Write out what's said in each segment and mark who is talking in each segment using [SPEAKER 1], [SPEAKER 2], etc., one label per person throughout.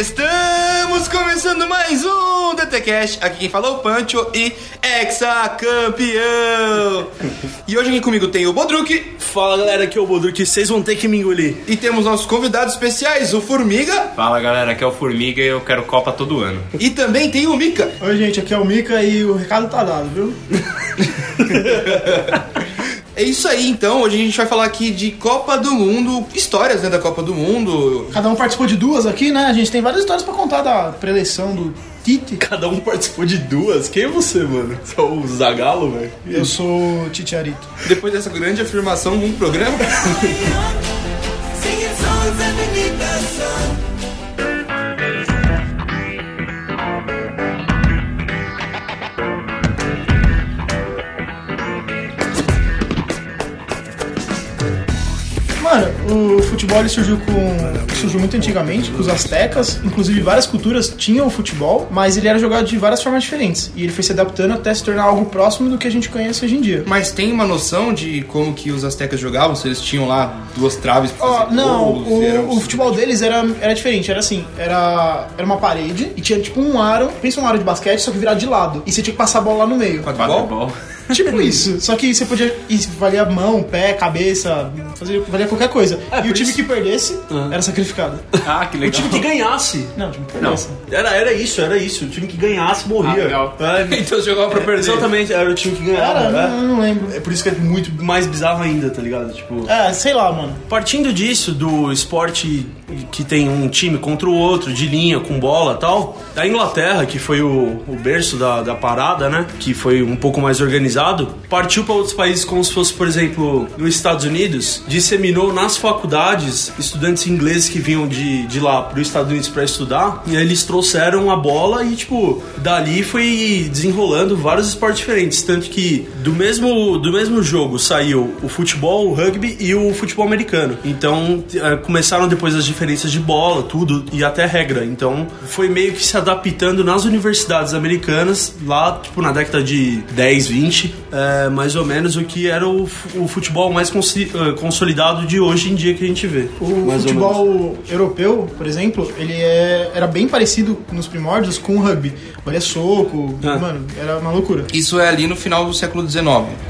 [SPEAKER 1] Estamos começando mais um DTCast. Aqui quem falou é o Pancho e hexacampeão. E hoje aqui comigo tem o Bodruk
[SPEAKER 2] Fala galera, aqui é o Bodruk, vocês vão ter que me engolir.
[SPEAKER 1] e temos nossos convidados especiais, o Formiga
[SPEAKER 3] Fala galera, aqui é o Formiga e eu quero Copa todo ano.
[SPEAKER 1] e também tem o Mika.
[SPEAKER 4] Oi, gente, aqui é o Mika e o recado tá dado, viu?
[SPEAKER 1] É isso aí, então. Hoje a gente vai falar aqui de Copa do Mundo, histórias né, da Copa do Mundo.
[SPEAKER 4] Cada um participou de duas aqui, né? A gente tem várias histórias pra contar da preleção do Tite.
[SPEAKER 2] Cada um participou de duas. Quem é você, mano? Você é o Zagalo, velho?
[SPEAKER 4] Eu sou o Tite Arito.
[SPEAKER 1] Depois dessa grande afirmação num programa.
[SPEAKER 5] Singing songs underneath the sun.
[SPEAKER 4] Mano, o futebol ele surgiu com. surgiu muito antigamente, com os astecas. Inclusive, várias culturas tinham o futebol, mas ele era jogado de várias formas diferentes. E ele foi se adaptando até se tornar algo próximo do que a gente conhece hoje em dia.
[SPEAKER 1] Mas tem uma noção de como que os aztecas jogavam? Se eles tinham lá duas traves pra
[SPEAKER 4] Ó,
[SPEAKER 1] fazer
[SPEAKER 4] não,
[SPEAKER 1] gols, eram-
[SPEAKER 4] o, o futebol deles era, era diferente, era assim, era, era uma parede e tinha tipo um aro, pensa um aro de basquete, só que virado de lado. E você tinha que passar a bola lá no meio.
[SPEAKER 1] Quadribol?
[SPEAKER 3] Quadribol.
[SPEAKER 4] Tipo isso. Só que você podia ir valer a mão, pé, cabeça, fazer, valer qualquer coisa. e o
[SPEAKER 2] por
[SPEAKER 4] time
[SPEAKER 2] isso-
[SPEAKER 4] que perdesse era sacrificado.
[SPEAKER 3] Ah, que
[SPEAKER 2] O
[SPEAKER 3] legal.
[SPEAKER 2] time que ganhasse.
[SPEAKER 4] Não, o time que perdesse.
[SPEAKER 2] Era, era isso, era isso. O time que ganhasse
[SPEAKER 3] Ah,
[SPEAKER 2] morria.
[SPEAKER 3] legal.
[SPEAKER 2] É,
[SPEAKER 1] Então você jogava pra perder.
[SPEAKER 2] exatamente, era o time que ganhava.
[SPEAKER 4] Cara, hum. eu
[SPEAKER 2] né?
[SPEAKER 4] não, eu não lembro.
[SPEAKER 2] É por isso que é muito mais bizarro ainda, tá ligado? Tipo.
[SPEAKER 4] É, sei lá, mano.
[SPEAKER 2] Partindo disso, do esporte que tem um time contra o outro, de linha, com bola e tal, da Inglaterra, que foi o, o berço da, da parada, né? Que foi um pouco mais organizado, partiu para outros países como se fosse, por exemplo, nos Estados Unidos, disseminou nas faculdades estudantes ingleses que vinham de, de lá para os Estados Unidos para estudar, e aí eles trouxeram a bola e, tipo, dali foi desenrolando vários esportes diferentes, tanto que do mesmo, do mesmo jogo saiu o futebol, o rugby e o futebol americano. Então t- eh, começaram depois as diferenças de bola, tudo e até regra. Então foi meio que se adaptando nas universidades americanas, lá tipo na década de 10, 20, eh, mais ou menos o que era o, fu- o futebol mais consi- eh, consolidado de hoje em dia que a gente vê.
[SPEAKER 4] O
[SPEAKER 2] Mais ou menos.
[SPEAKER 4] futebol europeu, por exemplo, ele é- era bem parecido nos primórdios com o rugby. Olha, soco,
[SPEAKER 2] Ah.
[SPEAKER 4] mano, era uma loucura.
[SPEAKER 1] Isso é ali no final do século XIX.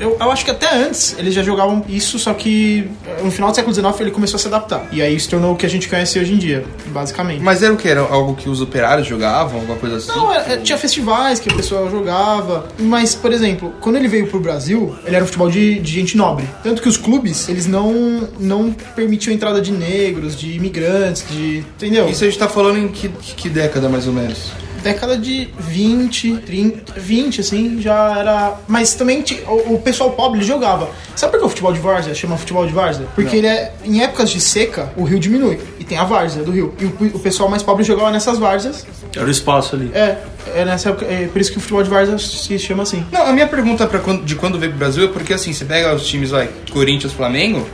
[SPEAKER 4] Eu, eu acho que até antes eles já jogavam isso, só que eh, no final do século XIX ele começou a se adaptar. E aí se tornou o que a gente conhece hoje em dia, basicamente.
[SPEAKER 1] Mas era o que? Era algo que os operários jogavam, alguma coisa assim?
[SPEAKER 4] Não, é- é, tinha festivais que o pessoal jogava. Mas, por exemplo, quando ele veio pro Brasil, ele era um futebol de, de gente nobre. Tanto que os clubes, eles não, não permitiam a entrada de negros, de imigrantes, de. Entendeu?
[SPEAKER 1] Isso a gente tá falando em que, que década, mais ou menos?
[SPEAKER 4] década de 20, 30, 20, assim, já era. Mas também ti- o, o pessoal pobre ele jogava. Sabe por que o futebol de várzea chama futebol de várzea? Porque ele é. Em épocas de seca, o rio diminui. E tem a várzea do rio. E o, o pessoal mais pobre jogava nessas várzeas.
[SPEAKER 2] Era o espaço ali.
[SPEAKER 4] É, é nessa época. É por isso que o futebol de várzea se chama assim.
[SPEAKER 1] Não, a minha pergunta pra quando- de quando veio pro Brasil é porque assim, você pega os times, vai, Corinthians, Flamengo.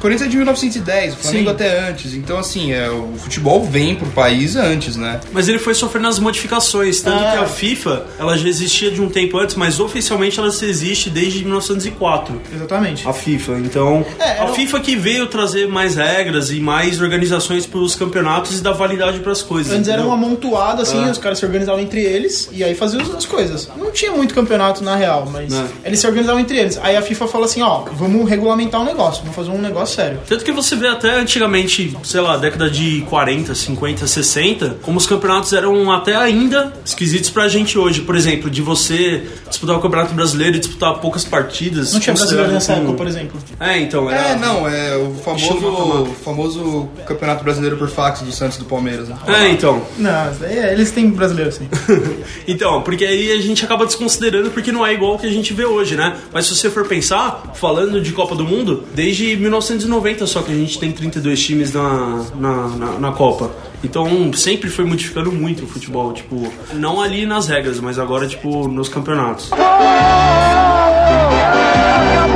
[SPEAKER 1] Corinthians é de 1910, o Flamengo
[SPEAKER 4] Sim.
[SPEAKER 1] até antes. Então, assim, é, o futebol vem pro país antes, né?
[SPEAKER 2] Mas ele foi sofrendo as modificações, tanto
[SPEAKER 4] Ah.
[SPEAKER 2] que a FIFA, ela já existia de um tempo antes, mas oficialmente ela se existe desde 1904.
[SPEAKER 4] Exatamente.
[SPEAKER 2] A FIFA, então.
[SPEAKER 4] É,
[SPEAKER 2] a
[SPEAKER 4] eu-
[SPEAKER 2] FIFA que veio trazer mais regras e mais organizações para os campeonatos e dar validade para as coisas.
[SPEAKER 4] Antes era um
[SPEAKER 2] entendeu?
[SPEAKER 4] amontoado, assim, os caras se organizavam entre eles e aí faziam as coisas. Não tinha muito campeonato na real, mas
[SPEAKER 2] Não.
[SPEAKER 4] eles se organizavam entre eles. Aí a FIFA fala assim: ó, vamos regulamentar o negócio, vamos fazer um negócio sério.
[SPEAKER 2] Tanto que você vê até antigamente, sei lá, década de 40, 50, 60, como os campeonatos eram até ainda esquisitos pra gente hoje. Por exemplo, de você disputar o Campeonato Brasileiro e disputar poucas partidas.
[SPEAKER 4] Não tinha brasileiro
[SPEAKER 2] considerando
[SPEAKER 4] nessa
[SPEAKER 2] como-
[SPEAKER 4] época, por exemplo.
[SPEAKER 2] É, então, era.
[SPEAKER 1] É, não, é o
[SPEAKER 2] Deixa eu
[SPEAKER 1] famoso,
[SPEAKER 2] mata-mata.
[SPEAKER 1] famoso Campeonato Brasileiro por fax do Santos e do Palmeiras. Né?
[SPEAKER 2] É, então.
[SPEAKER 4] Não, isso daí é- eles têm brasileiro, sim.
[SPEAKER 2] Então, porque aí a gente acaba desconsiderando porque não é igual o que a gente vê hoje, né? Mas se você for pensar, falando de Copa do Mundo, desde 1990 só que a gente tem 32 times na, na, na, na Copa. Então sempre foi modificando muito o futebol, tipo, não ali nas regras, mas agora, tipo, nos campeonatos.
[SPEAKER 1] Em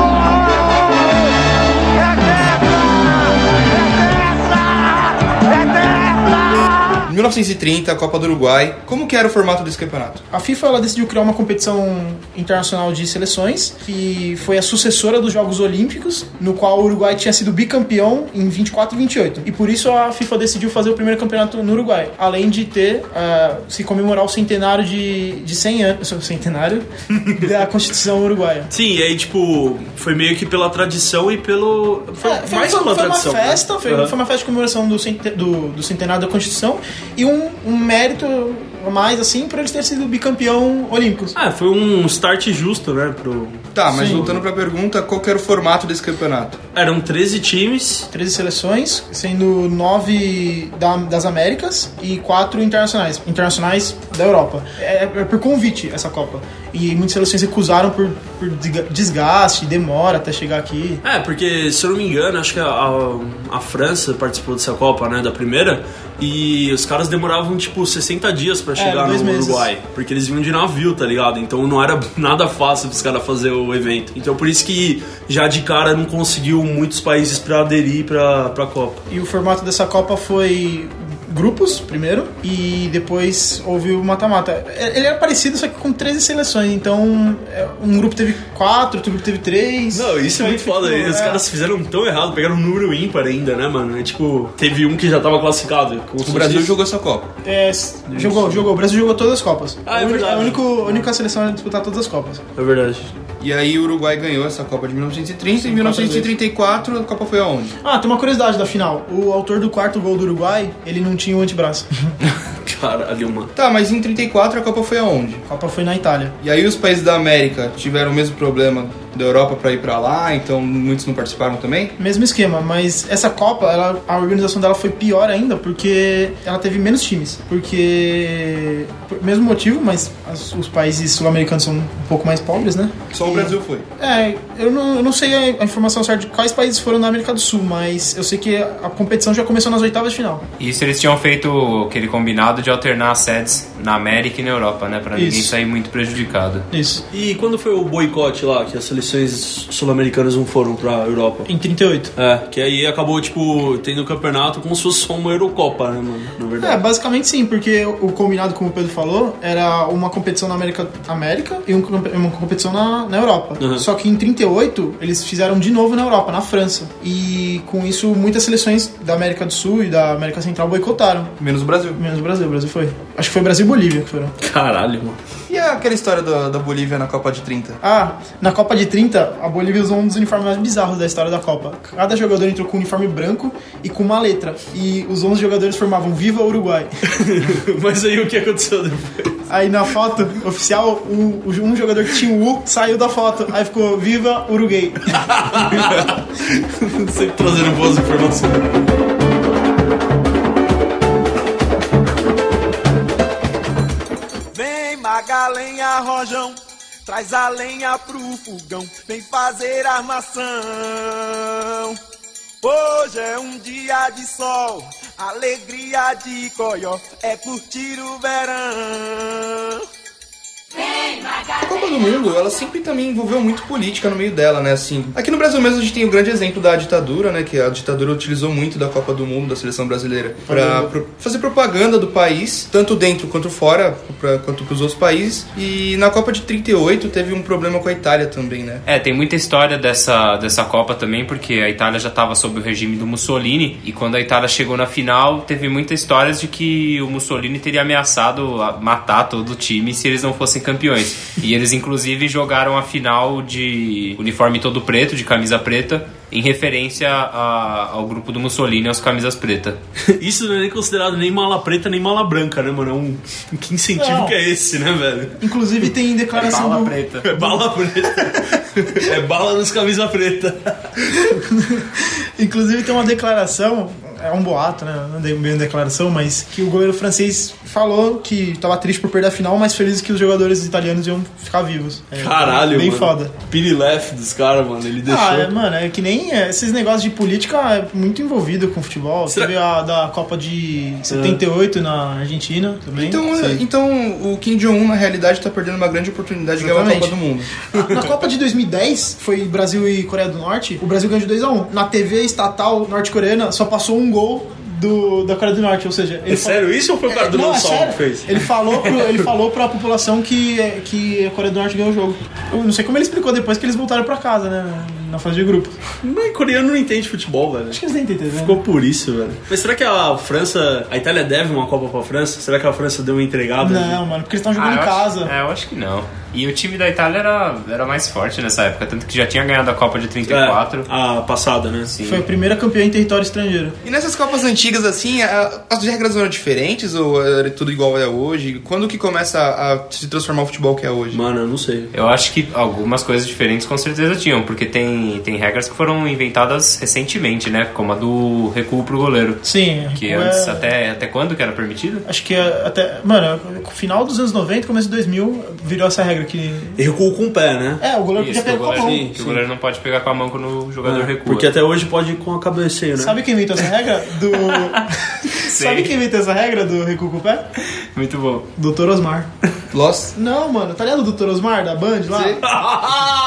[SPEAKER 1] 19 1930, Copa do Uruguai. Como que era o formato desse campeonato?
[SPEAKER 4] A FIFA ela decidiu criar uma competição internacional de seleções, que foi a sucessora dos Jogos Olímpicos, no qual o Uruguai tinha sido bicampeão em 24 e 28. E por isso a FIFA decidiu fazer o primeiro campeonato no Uruguai, além de ter ah, se comemorar o centenário de, de 100 anos, centenário da Constituição Uruguaia.
[SPEAKER 2] Sim, e aí, tipo, foi meio que pela tradição e pelo. Ah, Foi
[SPEAKER 4] É, foi,
[SPEAKER 2] mais
[SPEAKER 4] foi-
[SPEAKER 2] pela
[SPEAKER 4] foi uma
[SPEAKER 2] tradição. né?
[SPEAKER 4] festa, foi,
[SPEAKER 2] Aham.
[SPEAKER 4] foi uma festa de comemoração do, centen- do, do centenário da Constituição e um, um mérito a mais, assim, por eles terem sido bicampeão olímpicos.
[SPEAKER 2] Ah, foi um start justo, né? Pro...
[SPEAKER 1] Tá, mas voltando pra pergunta, qual que era o formato desse campeonato?
[SPEAKER 2] Eram 13 times.
[SPEAKER 4] 13 seleções, sendo 9 das Américas e 4 internacionais, internacionais da Europa. É, é por convite essa Copa. E muitas seleções recusaram por, por desga- desgaste, demora até chegar aqui.
[SPEAKER 2] É, porque, se eu não me engano, acho que a, a- a França participou dessa Copa, né? Da primeira. E os caras demoravam, tipo, 60 dias pra chegar
[SPEAKER 4] É, dois
[SPEAKER 2] no
[SPEAKER 4] meses.
[SPEAKER 2] Uruguai. Porque eles vinham de navio, tá ligado? Então não era nada fácil pros caras fazer o evento. Então por isso que já de cara não conseguiu muitos países pra aderir pra, pra Copa.
[SPEAKER 4] E o formato dessa Copa foi grupos primeiro e depois houve o mata-mata. É, Ele era parecido, só que com 13 seleções. Então, é, um grupo teve 4, outro grupo teve Então, 3.
[SPEAKER 2] Não, isso é muito
[SPEAKER 4] Tipo,
[SPEAKER 2] foda. Os caras fizeram tão errado, pegaram um número ímpar ainda, né, mano? É tipo, teve um que já tava classificado.
[SPEAKER 1] O Brasil jogou essa Copa.
[SPEAKER 4] É, s- jogou, jogou. O Brasil jogou todas as Copas.
[SPEAKER 2] Ah, é
[SPEAKER 4] A uni-
[SPEAKER 2] verdade.
[SPEAKER 4] A única, a única seleção a disputar todas as Copas.
[SPEAKER 2] É verdade.
[SPEAKER 1] E aí o Uruguai ganhou essa Copa de 1930 e em 1934 a Copa foi aonde?
[SPEAKER 4] Ah, tem uma curiosidade da final. O autor do quarto gol do Uruguai, ele não tinha o antebraço.
[SPEAKER 2] Caralho, mano.
[SPEAKER 1] Tá, mas em 34 a Copa foi aonde?
[SPEAKER 4] A Copa foi na Itália.
[SPEAKER 1] E aí os países da América tiveram o mesmo problema da Europa pra ir pra lá, então muitos não participaram também?
[SPEAKER 4] Mesmo esquema, mas essa Copa, ela- a organização dela foi pior ainda porque ela teve menos times. Porque. por- Mesmo motivo, mas as- os países sul-americanos são um pouco mais pobres, né?
[SPEAKER 1] Só o Brasil foi.
[SPEAKER 4] É, eu não, eu não sei a- a informação certa de quais países foram na América do Sul, mas eu sei que a competição já começou nas oitavas de final.
[SPEAKER 6] Isso eles tinham feito aquele combinado de alternar as sedes na América e na Europa, né? Pra ninguém
[SPEAKER 4] Isso.
[SPEAKER 6] sair muito prejudicado.
[SPEAKER 4] Isso.
[SPEAKER 2] E quando foi o boicote lá, que as seleções sul-americanas não foram pra Europa?
[SPEAKER 4] Em 38.
[SPEAKER 2] É, que aí acabou, tipo, tendo o campeonato como se fosse só uma Eurocopa, né, mano? Na
[SPEAKER 4] É,
[SPEAKER 2] verdade.
[SPEAKER 4] basicamente sim, porque o combinado, como o Pedro falou, era uma competição na América, América e um campe- uma competição na, na Europa.
[SPEAKER 2] Uhum.
[SPEAKER 4] Só que em 38 eles fizeram de novo na Europa, na França. E com isso muitas seleções da América do Sul e da América Central boicotaram.
[SPEAKER 1] Menos o Brasil.
[SPEAKER 4] Menos o Brasil, o Brasil foi. Acho que foi Brasil e Bolívia que foram.
[SPEAKER 2] É. Caralho, mano.
[SPEAKER 1] E aquela história da, da Bolívia na Copa de 30?
[SPEAKER 4] Ah, na Copa de 30, a Bolívia usou um dos uniformes mais bizarros da história da Copa. Cada jogador entrou com um uniforme branco e com uma letra. E os 11 jogadores formavam Viva Uruguai.
[SPEAKER 2] Mas aí o que aconteceu depois?
[SPEAKER 4] Aí na foto oficial, o- o- um jogador que tinha o U saiu da foto. Aí ficou Viva Uruguai.
[SPEAKER 2] Sempre trazendo boas informações.
[SPEAKER 5] Vem magalenha, rojão, traz a lenha pro fogão, vem fazer armação. Hoje é um dia de sol, alegria de coió, é curtir o verão.
[SPEAKER 1] A Copa do Mundo, ela sempre também envolveu muito política no meio dela, né? Assim, aqui no Brasil mesmo a gente tem o grande exemplo da ditadura, né? Que a ditadura utilizou muito da Copa do Mundo, da seleção brasileira, pra pro- fazer propaganda do país, tanto dentro quanto fora, pra, quanto pros outros países. E na Copa de 38 teve um problema com a Itália também, né?
[SPEAKER 6] É, tem muita história dessa, dessa Copa também, porque a Itália já estava sob o regime do Mussolini, e quando a Itália chegou na final, teve muitas histórias de que o Mussolini teria ameaçado a- matar todo o time se eles não fossem campeões. E eles, inclusive, jogaram a final de uniforme todo preto, de camisa preta, em referência a- ao grupo do Mussolini, aos camisas pretas.
[SPEAKER 2] Isso não é nem considerado nem mala preta, nem mala branca, né, mano? É um... Que incentivo
[SPEAKER 4] Não.
[SPEAKER 2] que é esse, né, velho?
[SPEAKER 4] Inclusive tem declaração do...
[SPEAKER 2] É bala preta. é bala nos camisa preta.
[SPEAKER 4] Inclusive tem uma declaração, é um boato, né? Não dei bem declaração, mas que o goleiro francês falou que tava triste por perder a final, mas feliz que os jogadores italianos iam ficar vivos. É,
[SPEAKER 2] Caralho,
[SPEAKER 4] Bem
[SPEAKER 2] mano.
[SPEAKER 4] foda.
[SPEAKER 2] Pirilef dos caras, mano. Ele deixou.
[SPEAKER 4] Ah, é, mano, é que nem é, esses negócios de política é muito envolvido com futebol.
[SPEAKER 2] Será- É.
[SPEAKER 4] Teve a da Copa de 78 na Argentina também.
[SPEAKER 1] Então,
[SPEAKER 4] Sim.
[SPEAKER 1] é- então o Kim Jong-un, na realidade, tá perdendo uma grande oportunidade de ganhar a Copa
[SPEAKER 4] Exatamente.
[SPEAKER 1] do Mundo.
[SPEAKER 4] Na Copa de 2010, foi Brasil e Coreia do Norte, o Brasil ganhou de 2x1. Na TV estatal norte-coreana, só passou um gol do, da Coreia do Norte, ou seja...
[SPEAKER 2] É sério isso ou foi o cara do
[SPEAKER 4] Não, é
[SPEAKER 2] Dançol
[SPEAKER 4] sério.
[SPEAKER 2] que fez?
[SPEAKER 4] Ele falou, pro, ele falou pra população que, é, que a Coreia do Norte ganhou o jogo. Eu não sei como ele explicou depois que eles voltaram pra casa, né? Na fase de grupo.
[SPEAKER 2] Mas coreano não entende futebol, velho.
[SPEAKER 4] Acho que eles nem entenderam. né?
[SPEAKER 2] Ficou por isso, velho. Mas será que a França. A Itália deve uma Copa pra França? Será que a França deu uma entregada?
[SPEAKER 4] Não, mano, porque eles estão jogando
[SPEAKER 6] eu
[SPEAKER 4] em
[SPEAKER 6] acho-
[SPEAKER 4] casa.
[SPEAKER 6] é, eu acho que não. E o time da Itália era, era mais forte nessa época, tanto que já tinha ganhado a Copa de
[SPEAKER 2] É,
[SPEAKER 6] 34.
[SPEAKER 2] a passada, né?
[SPEAKER 6] é.
[SPEAKER 2] Sim.
[SPEAKER 4] Foi a primeira campeã em território estrangeiro.
[SPEAKER 1] E nessas Copas antigas, assim, a- as regras eram diferentes ou era tudo igual é hoje? Quando que começa a, a se transformar o futebol que é hoje?
[SPEAKER 2] Mano, eu não sei.
[SPEAKER 6] Eu acho que algumas coisas diferentes com certeza tinham, porque tem, tem regras que foram inventadas recentemente, né? Como a do recuo pro goleiro.
[SPEAKER 4] Sim.
[SPEAKER 6] Que
[SPEAKER 4] é-
[SPEAKER 6] antes, até, até quando que era permitido?
[SPEAKER 4] Acho que é até. Mano, final dos anos 90, começo de 2000, virou essa regra que.
[SPEAKER 2] E recuo com o pé, né?
[SPEAKER 4] É, o goleiro
[SPEAKER 6] Isso,
[SPEAKER 4] já
[SPEAKER 6] que o
[SPEAKER 4] pegou com a
[SPEAKER 6] goleiro,
[SPEAKER 4] mão. É,
[SPEAKER 2] sim.
[SPEAKER 6] que o goleiro não pode pegar com a mão quando o jogador recua.
[SPEAKER 2] Porque até hoje pode ir com a cabeceio, né?
[SPEAKER 4] Sabe quem inventou essa regra? Do. Sabe quem inventou essa regra do recuo com o pé?
[SPEAKER 6] Muito bom.
[SPEAKER 4] Doutor Osmar.
[SPEAKER 1] Lost?
[SPEAKER 4] Não, mano, tá ligado o Doutor Osmar da Band lá?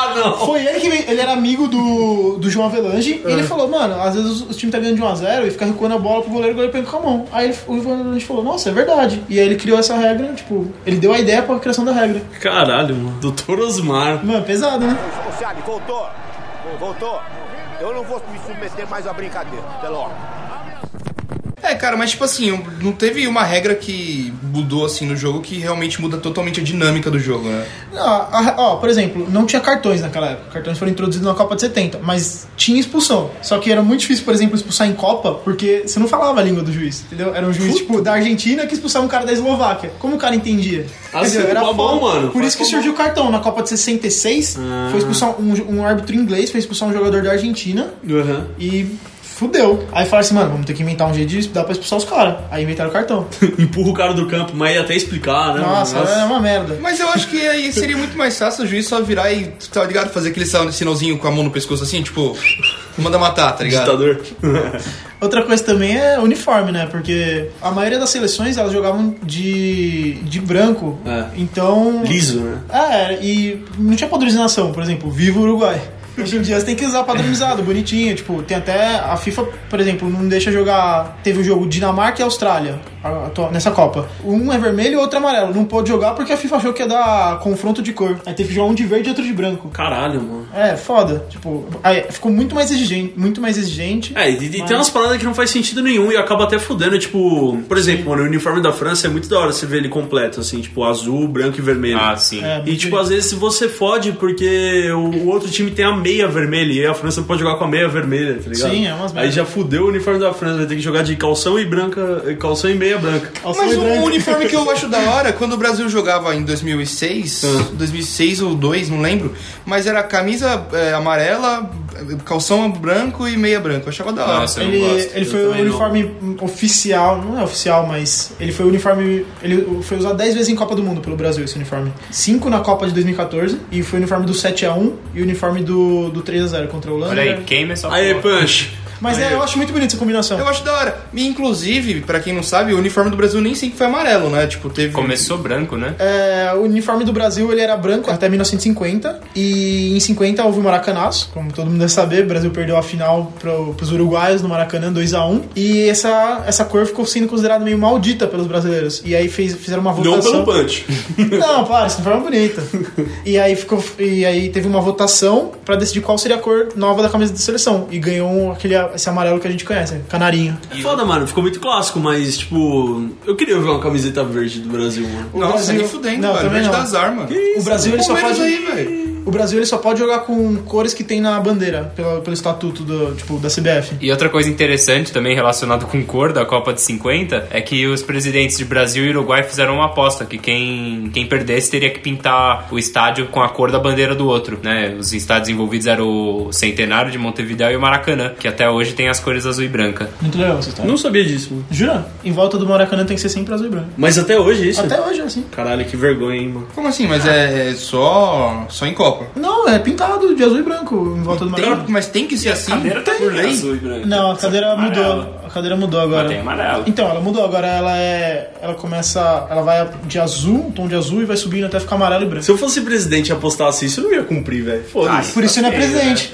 [SPEAKER 2] Ah, não!
[SPEAKER 4] Foi ele que veio- ele era amigo do, do João Avelange e ele falou, mano, às vezes o time tá ganhando de 1x0 e fica recuando a bola pro goleiro e o goleiro pega com a mão. Aí ele- o João Avelange falou, nossa, é verdade. E aí ele criou essa regra, tipo, ele deu a ideia pra criação da regra.
[SPEAKER 2] Caralho, mano. Doutor Osmar.
[SPEAKER 4] Mano, pesado, né?
[SPEAKER 7] Ô, Thiago, voltou? Voltou? Eu não vou me submeter mais a brincadeira. Até logo.
[SPEAKER 1] É, cara, mas tipo assim, não teve uma regra que mudou assim no jogo que realmente muda totalmente a dinâmica do jogo, né?
[SPEAKER 4] Não, Ah, a- ó, por exemplo, não tinha cartões naquela época. Cartões foram introduzidos na Copa de 70, mas tinha expulsão. Só que era muito difícil, por exemplo, expulsar em Copa, porque você não falava a língua do juiz, entendeu? Era um juiz, tipo, da Argentina que expulsava um cara da Eslováquia. Como o cara entendia?
[SPEAKER 2] Ah,
[SPEAKER 4] Entendeu?
[SPEAKER 2] sim, tá bom,
[SPEAKER 4] foda.
[SPEAKER 2] mano.
[SPEAKER 4] Por
[SPEAKER 2] Faz Ah.
[SPEAKER 4] isso que
[SPEAKER 2] tá bom.
[SPEAKER 4] surgiu o cartão. Na Copa de 66, foi expulsar um, um árbitro inglês, foi expulsar um jogador da Argentina
[SPEAKER 2] Uhum.
[SPEAKER 4] e fudeu. Aí falaram assim, mano, vamos ter que inventar um jeito de dar pra expulsar os caras. Aí inventaram o cartão.
[SPEAKER 2] Empurra o cara do campo, mas ia até explicar, né?
[SPEAKER 4] Nossa,
[SPEAKER 2] mano?
[SPEAKER 4] é uma merda.
[SPEAKER 1] Mas eu acho que aí seria muito mais fácil o juiz só virar e, tá ligado? Fazer aquele sinal- sinalzinho com a mão no pescoço assim, tipo, manda matar,
[SPEAKER 4] é.
[SPEAKER 1] tá ligado?
[SPEAKER 2] ditador.
[SPEAKER 4] Outra coisa também é uniforme, né? Porque a maioria das seleções elas jogavam de, de branco.
[SPEAKER 2] É.
[SPEAKER 4] Então.
[SPEAKER 2] Liso, né?
[SPEAKER 4] É, e não tinha padronização, por exemplo, viva o Uruguai. Hoje em dia você tem que usar padronizado, bonitinho. Tipo, tem até. A FIFA, por exemplo, não deixa jogar. Teve o jogo Dinamarca e Austrália a- atual- nessa Copa. Um é vermelho e outro é amarelo. Não pôde jogar porque a FIFA achou que ia dar confronto de cor. Aí teve que jogar um de verde e outro de branco.
[SPEAKER 2] Caralho, mano.
[SPEAKER 4] É, foda. Tipo, aí ficou muito mais exigente. Muito mais exigente.
[SPEAKER 2] É, e, e tem umas paradas que não faz sentido nenhum e acaba até fudendo, tipo, por exemplo, mano, o uniforme da França é muito da hora você ver ele completo, assim, tipo, azul, branco e vermelho.
[SPEAKER 6] Ah, sim.
[SPEAKER 4] É,
[SPEAKER 2] E,
[SPEAKER 4] muito
[SPEAKER 2] tipo, às vezes você fode porque o o outro time tem a meia vermelha e a França pode jogar com a meia vermelha, tá ligado?
[SPEAKER 4] Sim, é umas
[SPEAKER 2] Aí
[SPEAKER 4] merda.
[SPEAKER 2] já fudeu o uniforme da França, vai ter que jogar de calção e branca, eh, calção e meia branca.
[SPEAKER 4] Alção
[SPEAKER 1] Mas
[SPEAKER 4] e
[SPEAKER 1] o
[SPEAKER 4] branco.
[SPEAKER 1] uniforme que eu acho da hora, quando o Brasil jogava em 2006, 2006 ou 2, não lembro, mas era camisa é, amarela, calção branco e meia branca. Eu achava da hora.
[SPEAKER 6] Nossa, eu
[SPEAKER 4] Ele,
[SPEAKER 6] não gosto.
[SPEAKER 4] ele
[SPEAKER 2] eu
[SPEAKER 4] foi o
[SPEAKER 2] também não.
[SPEAKER 4] uniforme oficial, não é oficial, mas ele foi o uniforme. Ele foi usado 10 vezes em Copa do Mundo pelo Brasil, esse uniforme. 5 na Copa de 2014, e foi o uniforme do 7x1 e o uniforme do, do 3x0 contra a Holanda.
[SPEAKER 6] Olha aí, queima essa
[SPEAKER 2] Aí,
[SPEAKER 6] porra.
[SPEAKER 2] Punch.
[SPEAKER 4] Mas é, eu acho muito bonita essa combinação.
[SPEAKER 1] Eu acho da hora. E, inclusive, pra quem não sabe, o uniforme do Brasil nem sempre foi amarelo, né? Tipo, teve.
[SPEAKER 6] Começou branco, né?
[SPEAKER 4] É, o uniforme do Brasil ele era branco até 1950 e em 50 houve o Maracanaço, como todo mundo deve saber, o Brasil perdeu a final pro, pros uruguaios no Maracanã 2 a 1 e essa, essa cor ficou sendo considerada meio maldita pelos brasileiros. E aí fez, fizeram uma
[SPEAKER 2] Não
[SPEAKER 4] votação.
[SPEAKER 2] pelo Punch.
[SPEAKER 4] Não, para, isso não foi bonita. E aí ficou e aí teve uma votação pra decidir qual seria a cor nova da camisa da seleção e ganhou um, aquele esse amarelo que a gente conhece, canarinho.
[SPEAKER 2] É foda, mano, ficou muito clássico, mas, tipo, eu queria ver uma camiseta verde do Brasil, mano.
[SPEAKER 4] O
[SPEAKER 1] Nossa,
[SPEAKER 4] Brasil-
[SPEAKER 1] nem fudendo,
[SPEAKER 4] não,
[SPEAKER 1] velho.
[SPEAKER 4] também
[SPEAKER 1] Verde
[SPEAKER 4] não.
[SPEAKER 1] das armas.
[SPEAKER 4] O Brasil ele só
[SPEAKER 1] Palmeiras
[SPEAKER 4] pode
[SPEAKER 1] é aí, velho.
[SPEAKER 4] O Brasil ele só pode jogar com cores que tem na bandeira, pelo, pelo estatuto do, tipo, da CBF.
[SPEAKER 6] E outra coisa interessante também relacionada com cor da Copa de 50 é que os presidentes de Brasil e Uruguai fizeram uma aposta que quem, quem perdesse teria que pintar o estádio com a cor da bandeira do outro, né? Os estádios envolvidos eram o Centenário de Montevideo e o Maracanã, que até hoje tem as cores azul e branca.
[SPEAKER 4] Muito legal essa história.
[SPEAKER 2] Não sabia disso, mano.
[SPEAKER 4] Jura? Em volta do Maracanã tem que ser sempre azul e branco.
[SPEAKER 2] Mas até hoje é isso.
[SPEAKER 4] Até hoje é assim.
[SPEAKER 2] Caralho, que vergonha, hein, mano.
[SPEAKER 1] Como assim? Mas é, é só. só em Copa.
[SPEAKER 4] Não, é pintado de azul e branco em volta do
[SPEAKER 1] Tem-
[SPEAKER 4] Maracanã.
[SPEAKER 1] mas tem que ser assim?
[SPEAKER 6] tá
[SPEAKER 1] por lei?
[SPEAKER 6] e branca.
[SPEAKER 4] Não, a cadeira mudou. A cadeira mudou agora.
[SPEAKER 6] Ah, Tem amarelo.
[SPEAKER 4] Então, ela mudou, agora ela é. Ela começa. Ela vai de azul, um tom de azul, e vai subindo até ficar amarelo e branco.
[SPEAKER 2] Se eu fosse presidente e apostasse isso, eu não ia cumprir, velho. Foda-se.
[SPEAKER 4] Por isso ele não é presidente.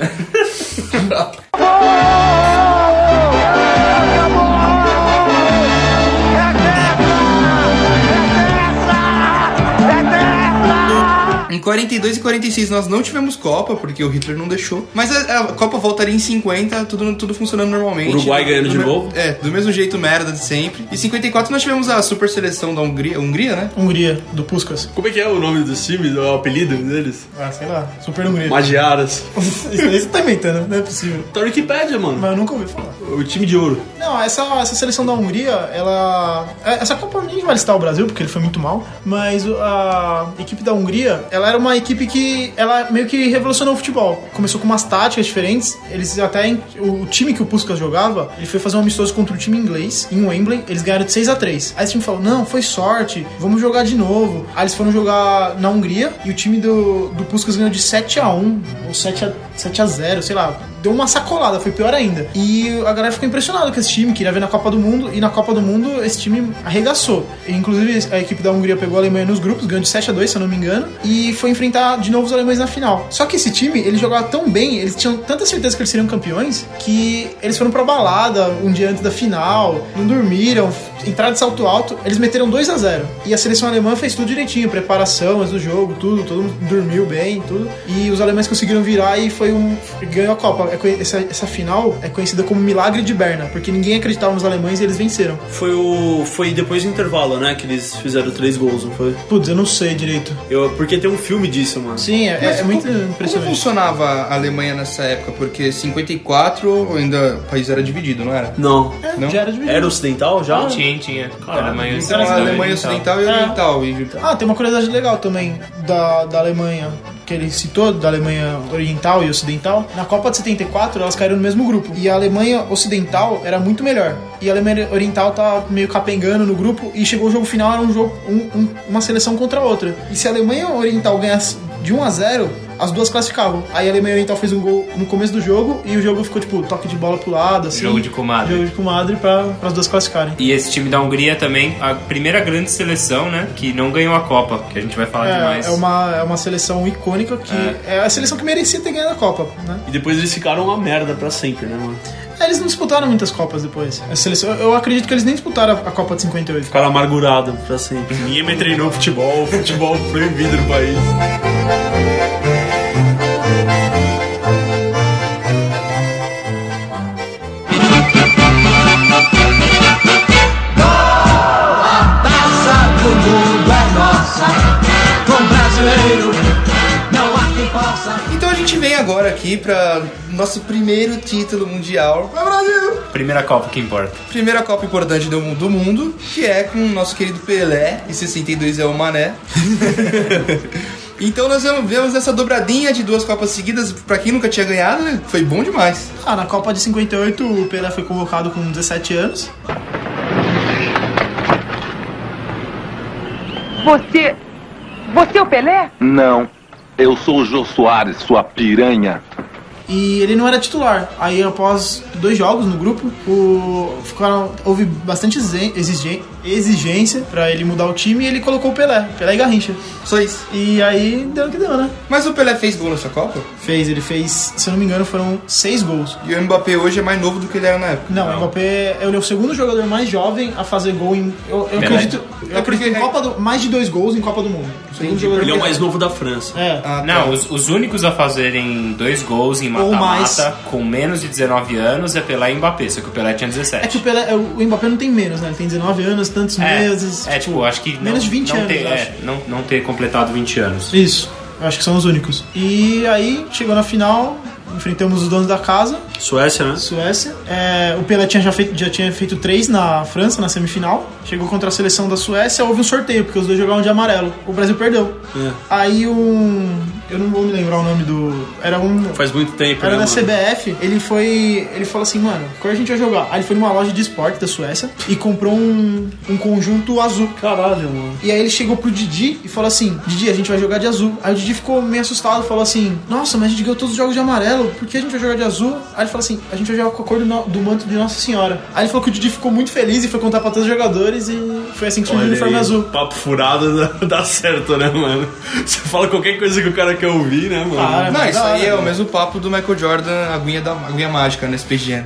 [SPEAKER 1] 42 e 46 nós não tivemos Copa, porque o Hitler não deixou. Mas a, a Copa voltaria em 50, tudo, tudo funcionando normalmente.
[SPEAKER 8] Uruguai ganhando
[SPEAKER 1] Do
[SPEAKER 8] de
[SPEAKER 1] me-
[SPEAKER 8] novo.
[SPEAKER 1] É, do mesmo jeito merda de sempre. E 54 nós tivemos a super seleção da Hungria, Hungria né?
[SPEAKER 4] Hungria, do Puskas.
[SPEAKER 8] Como é que é o nome dos times, o apelido deles?
[SPEAKER 4] Ah, sei lá. Super Hungria.
[SPEAKER 8] Magiaras.
[SPEAKER 4] Isso aí você tá inventando, não é possível.
[SPEAKER 8] Tá na Wikipédia, mano.
[SPEAKER 4] Mas eu nunca ouvi falar.
[SPEAKER 8] O time de ouro.
[SPEAKER 4] Não, essa, essa seleção da Hungria, ela. é, Essa Copa ninguém vai listar o Brasil, porque ele foi muito mal. Mas a equipe da Hungria, ela era uma equipe que. Ela meio que revolucionou o futebol. Começou com umas táticas diferentes. Eles até. O time que o Puskas jogava, ele foi fazer um amistoso contra o time inglês, em Wembley. Eles ganharam de 6 a 3 Aí esse time falou: não, foi sorte, vamos jogar de novo. Aí eles foram jogar na Hungria e o time do, do Puskas ganhou de 7 a 1 ou 7 a, 7 a 0 sei lá deu uma sacolada, foi pior ainda. E a galera ficou impressionada com esse time, queria ver na Copa do Mundo, e na Copa do Mundo esse time arregaçou. E, inclusive, a equipe da Hungria pegou a Alemanha nos grupos, ganhou de 7 a 2 se eu não me engano, e foi enfrentar de novo os alemães na final. Só que esse time, ele jogava tão bem, eles tinham tanta certeza que eles seriam campeões, que eles foram pra balada um dia antes da final, não dormiram, entraram de salto alto, eles meteram 2 a 0 E a seleção alemã fez tudo direitinho, preparação antes do jogo, tudo, todo mundo dormiu bem, tudo. E os alemães conseguiram virar e foi um. ganhou a Copa. É conhe- Essa, essa final é conhecida como Milagre de Berna, porque ninguém acreditava nos alemães e eles venceram.
[SPEAKER 2] Foi o. Foi depois do intervalo, né? Que eles fizeram três gols, não foi?
[SPEAKER 4] Putz, eu não sei direito.
[SPEAKER 2] Eu, porque tem um filme disso, mano.
[SPEAKER 4] Sim, é, é
[SPEAKER 1] Mas
[SPEAKER 4] muito
[SPEAKER 1] como, como
[SPEAKER 4] impressionante.
[SPEAKER 1] funcionava a Alemanha nessa época? Porque 54 ainda o país era dividido, não era?
[SPEAKER 2] Não.
[SPEAKER 1] não?
[SPEAKER 4] Já era de
[SPEAKER 2] Era ocidental já?
[SPEAKER 6] Tinha, tinha. Alemanha
[SPEAKER 1] Então a Alemanha
[SPEAKER 6] Ocidental.
[SPEAKER 1] Ocidental
[SPEAKER 4] É.
[SPEAKER 1] e Oriental. E
[SPEAKER 6] Então.
[SPEAKER 4] Ah, tem uma curiosidade legal também da, da Alemanha, que ele citou, da Alemanha Oriental e Ocidental. Na Copa de 74, elas caíram no mesmo grupo. E a Alemanha Ocidental era muito melhor. E a Alemanha Oriental tá meio capengando no grupo. E chegou o jogo final, era um jogo, um- um- uma seleção contra a outra. E se a Alemanha Oriental ganhasse de 1 a 0 as duas classificavam. Aí a Alemanha Oriental fez um gol no começo do jogo e o jogo ficou tipo toque de bola pro lado, assim.
[SPEAKER 6] Jogo de comadre.
[SPEAKER 4] Jogo de comadre pra as duas classificarem.
[SPEAKER 6] E esse time da Hungria também, a primeira grande seleção, né? Que não ganhou a Copa, que a gente vai falar
[SPEAKER 4] É,
[SPEAKER 6] demais.
[SPEAKER 4] é uma, é uma seleção icônica que é. a seleção que merecia ter ganhado a Copa, né?
[SPEAKER 8] E depois eles ficaram uma merda pra sempre, né, mano?
[SPEAKER 4] É, Eles não disputaram muitas Copas depois. A seleção, eu acredito que eles nem disputaram a- a Copa de 58.
[SPEAKER 8] Ficaram amargurados pra sempre. Ninguém me treinou futebol, futebol proibido no país.
[SPEAKER 1] Então a gente vem agora aqui para nosso primeiro título mundial. Vai, Brasil!
[SPEAKER 6] Primeira Copa que importa.
[SPEAKER 1] Primeira Copa importante do, do mundo, que é com o nosso querido Pelé, e 62 é o Mané. então nós vamos- vemos essa dobradinha de duas Copas seguidas, pra quem nunca tinha ganhado, né? foi bom demais.
[SPEAKER 4] Ah, na Copa de 58 o Pelé foi convocado com 17 anos.
[SPEAKER 9] Você. Você é o Pelé?
[SPEAKER 10] Não, eu sou o Jô Soares, sua piranha.
[SPEAKER 4] E ele não era titular. Aí, após dois jogos no grupo, o... Ficaram... houve bastante exe- exigen- exigência pra ele mudar o time e ele colocou o Pelé, Pelé e Garrincha.
[SPEAKER 1] Só isso.
[SPEAKER 4] E aí deu o que deu, né?
[SPEAKER 1] Mas o Pelé fez gol nessa Copa?
[SPEAKER 4] Fez, ele fez, se eu não me engano, foram seis gols.
[SPEAKER 1] E o Mbappé hoje é mais novo do que ele era na época.
[SPEAKER 4] Não, o Mbappé é o segundo jogador mais jovem a fazer gol em. Eu, eu acredito. Eu
[SPEAKER 1] É
[SPEAKER 4] acredito
[SPEAKER 1] porque-
[SPEAKER 4] em Copa do, mais de dois gols em Copa do Mundo. O segundo jogador
[SPEAKER 8] Ele é o
[SPEAKER 4] que-
[SPEAKER 8] mais novo da França.
[SPEAKER 4] É.
[SPEAKER 1] Ah, tá.
[SPEAKER 6] Não, os, os únicos a fazerem dois gols em
[SPEAKER 4] Ou mais.
[SPEAKER 6] mata-mata com menos de 19 anos é Pelé e Mbappé, só que o Pelé tinha
[SPEAKER 4] É que o,
[SPEAKER 6] 17.
[SPEAKER 4] Pelé, o Mbappé não tem menos, né? Ele tem 19 anos, tantos meses.
[SPEAKER 6] é, tipo, acho que não,
[SPEAKER 4] menos de 20
[SPEAKER 6] não
[SPEAKER 4] anos,
[SPEAKER 6] ter,
[SPEAKER 4] eu
[SPEAKER 6] é,
[SPEAKER 4] acho.
[SPEAKER 6] não, não ter completado 20 anos.
[SPEAKER 4] Isso. Eu acho que são os únicos. E aí, chegou na final, enfrentamos os donos da casa,
[SPEAKER 8] Suécia, né?
[SPEAKER 4] Suécia. É, o Pelé tinha já, feito, já tinha feito três na França, na semifinal. Chegou contra a seleção da Suécia, houve um sorteio, porque os dois jogavam de amarelo. O Brasil perdeu. Aí um. Eu não vou me lembrar o nome do. Era um.
[SPEAKER 8] Faz muito tempo,
[SPEAKER 4] Era
[SPEAKER 8] né,
[SPEAKER 4] da
[SPEAKER 8] mano?
[SPEAKER 4] CBF, ele foi. Ele falou assim, mano, qual a gente vai jogar? Aí ele foi numa loja de esporte da Suécia e comprou um, um conjunto azul.
[SPEAKER 8] Caralho, mano.
[SPEAKER 4] E aí ele chegou pro Didi e falou assim: Didi, a gente vai jogar de azul. Aí o Didi ficou meio assustado, falou assim: Nossa, mas a gente ganhou todos os jogos de amarelo, por que a gente vai jogar de azul? Aí ele falou assim: A gente vai jogar com a cor do, no- do manto de Nossa Senhora. Aí ele falou que o Didi ficou muito feliz e foi contar pra todos os jogadores e foi assim que surgiu o uniforme
[SPEAKER 8] aí,
[SPEAKER 4] azul.
[SPEAKER 8] Papo furado dá, dá certo, né, mano? Você fala qualquer coisa que o cara quer ouvir, né, mano?
[SPEAKER 4] Ah,
[SPEAKER 1] Não,
[SPEAKER 4] mas
[SPEAKER 1] isso
[SPEAKER 4] da
[SPEAKER 1] aí
[SPEAKER 4] hora,
[SPEAKER 1] é o
[SPEAKER 4] né?
[SPEAKER 1] mesmo papo do Michael Jordan, aguinha, da, aguinha mágica, né? Space Jam.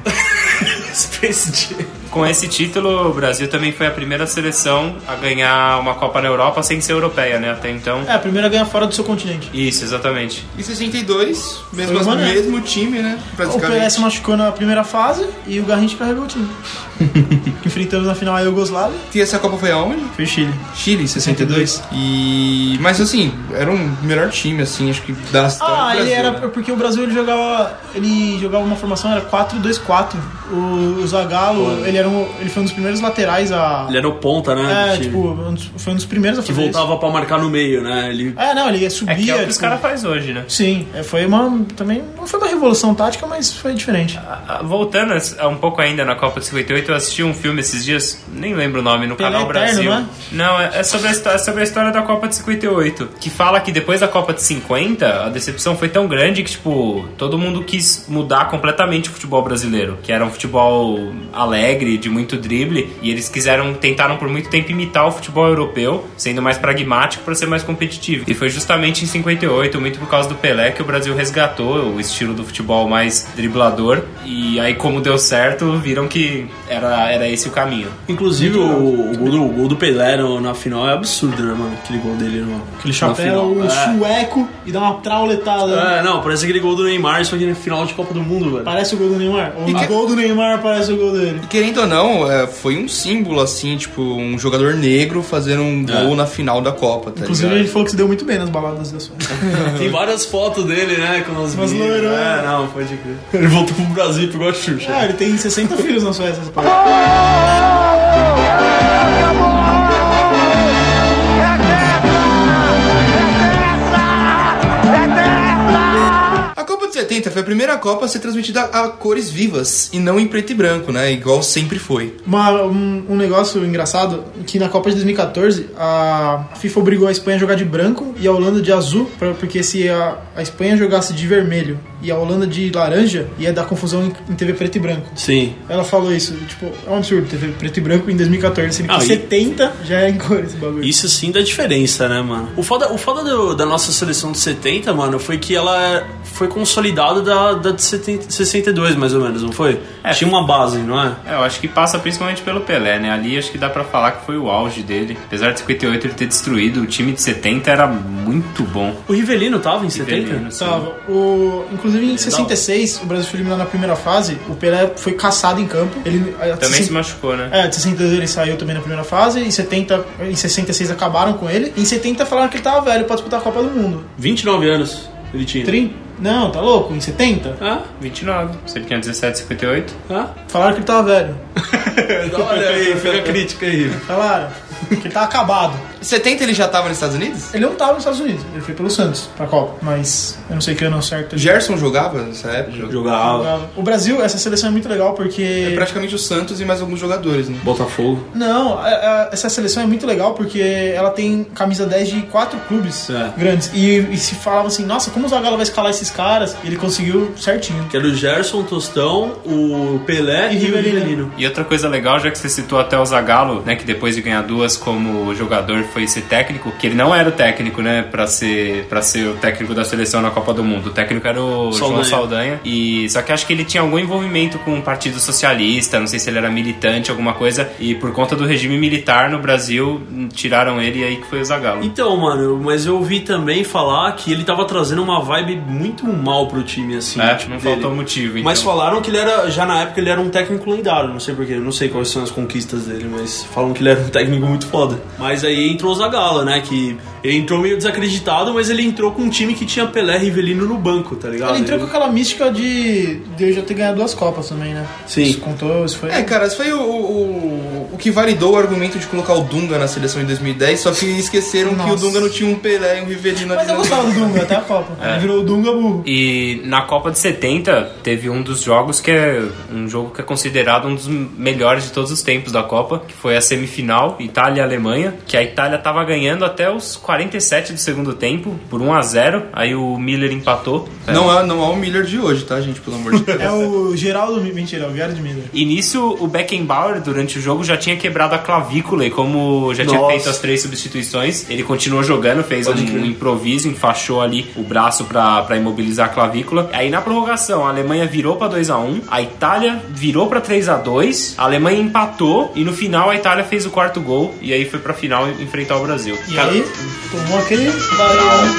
[SPEAKER 8] Space Jam.
[SPEAKER 6] com esse título, o Brasil também foi a primeira seleção a ganhar uma Copa na Europa sem ser europeia, né? Até então.
[SPEAKER 4] É, a primeira ganha fora do seu continente.
[SPEAKER 6] Isso, exatamente.
[SPEAKER 1] Em 62, mesmo, assim,
[SPEAKER 4] Foi maneiro.
[SPEAKER 1] mesmo time, né?
[SPEAKER 4] O Pelé se machucou na primeira fase e o Garrincha carregou o time. Enfrentamos na final a Iugoslávia.
[SPEAKER 1] E essa Copa foi aonde?
[SPEAKER 4] Foi o Chile.
[SPEAKER 1] Chile, em 62. E... Mas assim, era um melhor time, assim, acho que da história
[SPEAKER 4] Ah,
[SPEAKER 1] do
[SPEAKER 4] ele
[SPEAKER 1] Brasil,
[SPEAKER 4] era.
[SPEAKER 1] né?
[SPEAKER 4] Porque o Brasil ele jogava. Ele jogava uma formação, era 4-2-4. O, o Zagallo, ele, era um, ele foi um dos primeiros laterais a.
[SPEAKER 2] Ele era o ponta, né?
[SPEAKER 4] É,
[SPEAKER 2] do time.
[SPEAKER 4] tipo, um dos- foi um dos primeiros a
[SPEAKER 2] que
[SPEAKER 4] fazer
[SPEAKER 2] voltava pra marcar no meio, né? Ele...
[SPEAKER 4] isso. É, não, ele subia.
[SPEAKER 6] É que é o que os
[SPEAKER 4] tipo,
[SPEAKER 6] caras fazem hoje, né?
[SPEAKER 4] Sim, é, foi uma. Também não foi uma revolução tática, mas foi diferente.
[SPEAKER 6] Ah, ah, Voltando a- um pouco ainda na Copa de 58, eu assisti um filme esses dias, nem lembro o nome, no
[SPEAKER 4] Pelé
[SPEAKER 6] canal
[SPEAKER 4] Eterno,
[SPEAKER 6] Brasil.
[SPEAKER 4] né?
[SPEAKER 6] Não, é é sobre, a, histó- é sobre a história da Copa de 58, que fala que depois da Copa de 50, a decepção foi tão grande que, tipo, todo mundo quis mudar completamente o futebol brasileiro, que era um futebol alegre, de muito drible, e eles quiseram, tentaram por muito tempo imitar o futebol europeu, sendo mais pragmático para ser mais competitivo. E foi justamente em 58, muito por causa do Pelé, que o Brasil resgatou o estilo do futebol mais driblador, e aí como deu certo, viram que era, era esse o caminho.
[SPEAKER 2] Inclusive, o, o gol do, o gol do Pelé no- na final é absurdo, né, mano? Aquele gol dele no, na
[SPEAKER 4] Aquele chapéu
[SPEAKER 2] final.
[SPEAKER 4] sueco e dá uma trauletada. né?
[SPEAKER 2] É. é, não, parece aquele gol do Neymar, só que na final de Copa do Mundo, velho.
[SPEAKER 4] Parece o gol do Neymar. O
[SPEAKER 1] E que-
[SPEAKER 4] gol do Neymar parece o gol dele.
[SPEAKER 1] E Querendo ou não, é, foi um símbolo, assim, tipo, um jogador negro fazendo um gol na final da Copa, tá
[SPEAKER 4] Inclusive, ele
[SPEAKER 1] ligado?
[SPEAKER 4] falou que se deu muito bem nas baladas da sua.
[SPEAKER 2] Tem várias fotos dele, né? Com as
[SPEAKER 4] Umas
[SPEAKER 2] meninas.
[SPEAKER 4] loironas.
[SPEAKER 2] É, não, pode crer. Ele voltou pro Brasil e pegou a Xuxa.
[SPEAKER 4] Ah, ele tem 60 filhos na Suécia. esse pai.
[SPEAKER 1] A Copa de 70 foi a primeira Copa a ser transmitida a cores vivas e não em preto e branco, né? Igual sempre foi.
[SPEAKER 4] Uma- um, um negócio engraçado que na Copa de 2014 a FIFA obrigou a Espanha a jogar de branco e a Holanda de azul, pra- porque se a, a Espanha jogasse de vermelho e a Holanda de laranja, ia dar confusão em, em TV preto e branco.
[SPEAKER 2] Sim.
[SPEAKER 4] Ela falou isso, tipo, é um absurdo TV preto e branco em 2014, sendo que
[SPEAKER 2] Ah, e-
[SPEAKER 4] 70 já é em cor esse bagulho.
[SPEAKER 2] Isso sim dá diferença, né, mano? O foda, o foda do- da nossa seleção de 70, mano, foi que ela foi consolidada da, da de 70, 62, mais ou menos, não foi?
[SPEAKER 6] É.
[SPEAKER 2] Tinha uma base, não é?
[SPEAKER 6] É, eu acho que passa principalmente pelo Pelé, né? Ali acho que dá pra falar que foi o auge dele. Apesar de 58 ele ter destruído, o time de 70 era muito bom.
[SPEAKER 2] O Rivelino tava em 70?
[SPEAKER 6] Rivelino, sim.
[SPEAKER 4] Tava. O, inclusive em
[SPEAKER 2] um-
[SPEAKER 4] 66, o Brasil foi eliminado na primeira fase, o Pelé foi caçado em campo. Ele, a-
[SPEAKER 6] Também se
[SPEAKER 4] sessenta-
[SPEAKER 6] machucou, né?
[SPEAKER 4] É, de 62 ele saiu também na primeira fase, em 70, em 66 acabaram com ele. Em 70 falaram que ele tava velho pra disputar a Copa do Mundo.
[SPEAKER 2] 29 anos ele tinha.
[SPEAKER 4] 30? Não, tá louco? Em 70?
[SPEAKER 2] Ah,
[SPEAKER 6] 29. Se ele tinha 17, 58.
[SPEAKER 2] ah.
[SPEAKER 4] Falaram que ele tava velho.
[SPEAKER 2] Olha aí, fica a crítica aí.
[SPEAKER 4] Falaram que ele tava acabado.
[SPEAKER 1] Em 70 ele já tava nos Estados Unidos?
[SPEAKER 4] Ele não tava nos Estados Unidos, ele foi pelo Santos pra Copa, mas eu não sei que ano ao certo. ele
[SPEAKER 1] Gerson jogava nessa época?
[SPEAKER 2] Jogava.
[SPEAKER 4] jogava. O Brasil, essa seleção é muito legal porque.
[SPEAKER 1] Praticamente o Santos e mais alguns jogadores, né?
[SPEAKER 2] Botafogo.
[SPEAKER 4] Não, a- a- essa seleção é muito legal porque ela tem camisa 10 de quatro clubes
[SPEAKER 2] É.
[SPEAKER 4] grandes. E, e se falava assim, nossa, como o Zagallo vai escalar esses caras? E ele conseguiu certinho.
[SPEAKER 2] Que era o Gerson, o Tostão, o Pelé
[SPEAKER 4] E
[SPEAKER 2] e, o
[SPEAKER 4] Rivelino.
[SPEAKER 2] Rivelino.
[SPEAKER 6] E outra coisa legal, já que você citou até o Zagallo, né, que depois de ganhar duas como jogador foi ser técnico, que ele não era o técnico, né, para ser para ser o técnico da seleção na Copa do Mundo. O técnico era o João
[SPEAKER 2] Saldanha.
[SPEAKER 6] Saldanha. E só que acho que ele tinha algum envolvimento com o Partido Socialista, não sei se ele era militante, alguma coisa, e por conta do regime militar no Brasil, tiraram ele e aí que foi o Zagallo.
[SPEAKER 2] Então, mano, mas eu ouvi também falar que ele tava trazendo uma vibe muito mal pro time, assim.
[SPEAKER 6] É,
[SPEAKER 2] tipo,
[SPEAKER 6] não
[SPEAKER 2] dele.
[SPEAKER 6] faltou motivo, então.
[SPEAKER 2] Mas falaram que ele era, já na época, ele era um técnico lendário, não sei porquê, não sei quais são as conquistas dele, mas falam que ele era um técnico muito foda. Mas aí entrou o Zagallo, né, que ele entrou meio desacreditado, mas ele entrou com um time que tinha Pelé e Rivelino no banco, tá ligado?
[SPEAKER 4] Ele entrou com aquela mística de, de eu já ter ganhado duas Copas também, né?
[SPEAKER 2] Sim.
[SPEAKER 4] Isso contou, isso foi.
[SPEAKER 1] É, cara, isso foi o, o, o que validou o argumento de colocar o Dunga na seleção em 2010, só que esqueceram que o
[SPEAKER 4] Nossa.
[SPEAKER 1] Dunga não tinha um Pelé e um Rivelino
[SPEAKER 4] Mas
[SPEAKER 1] ali.
[SPEAKER 4] eu
[SPEAKER 1] na-
[SPEAKER 4] gostava do Dunga até a Copa.
[SPEAKER 6] É.
[SPEAKER 4] Ele virou o Dunga burro.
[SPEAKER 6] E na Copa de 70 teve um dos jogos que é um jogo que é considerado um dos melhores de todos os tempos da Copa, que foi a semifinal Itália e Alemanha, que a Itália tava ganhando até os 47 do segundo tempo, por 1 a 0 Aí o Miller empatou.
[SPEAKER 1] Não é, não é o Miller de hoje, tá, gente? Pelo amor de Deus.
[SPEAKER 4] É o Geraldo. Mentira, é o Viário de Miller.
[SPEAKER 6] E nisso, o Beckenbauer, durante o jogo, já tinha quebrado a clavícula. E como já tinha
[SPEAKER 2] Nossa.
[SPEAKER 6] feito as três substituições, ele continuou jogando, fez um, um improviso, enfaixou ali o braço pra pra imobilizar a clavícula. Aí na prorrogação, a Alemanha virou pra 2 a 1 a Itália virou pra 3 a 2 a Alemanha empatou. E no final, a Itália fez o quarto gol. E aí foi pra final enfrentar o Brasil.
[SPEAKER 4] E aí, tomou aquele barulho.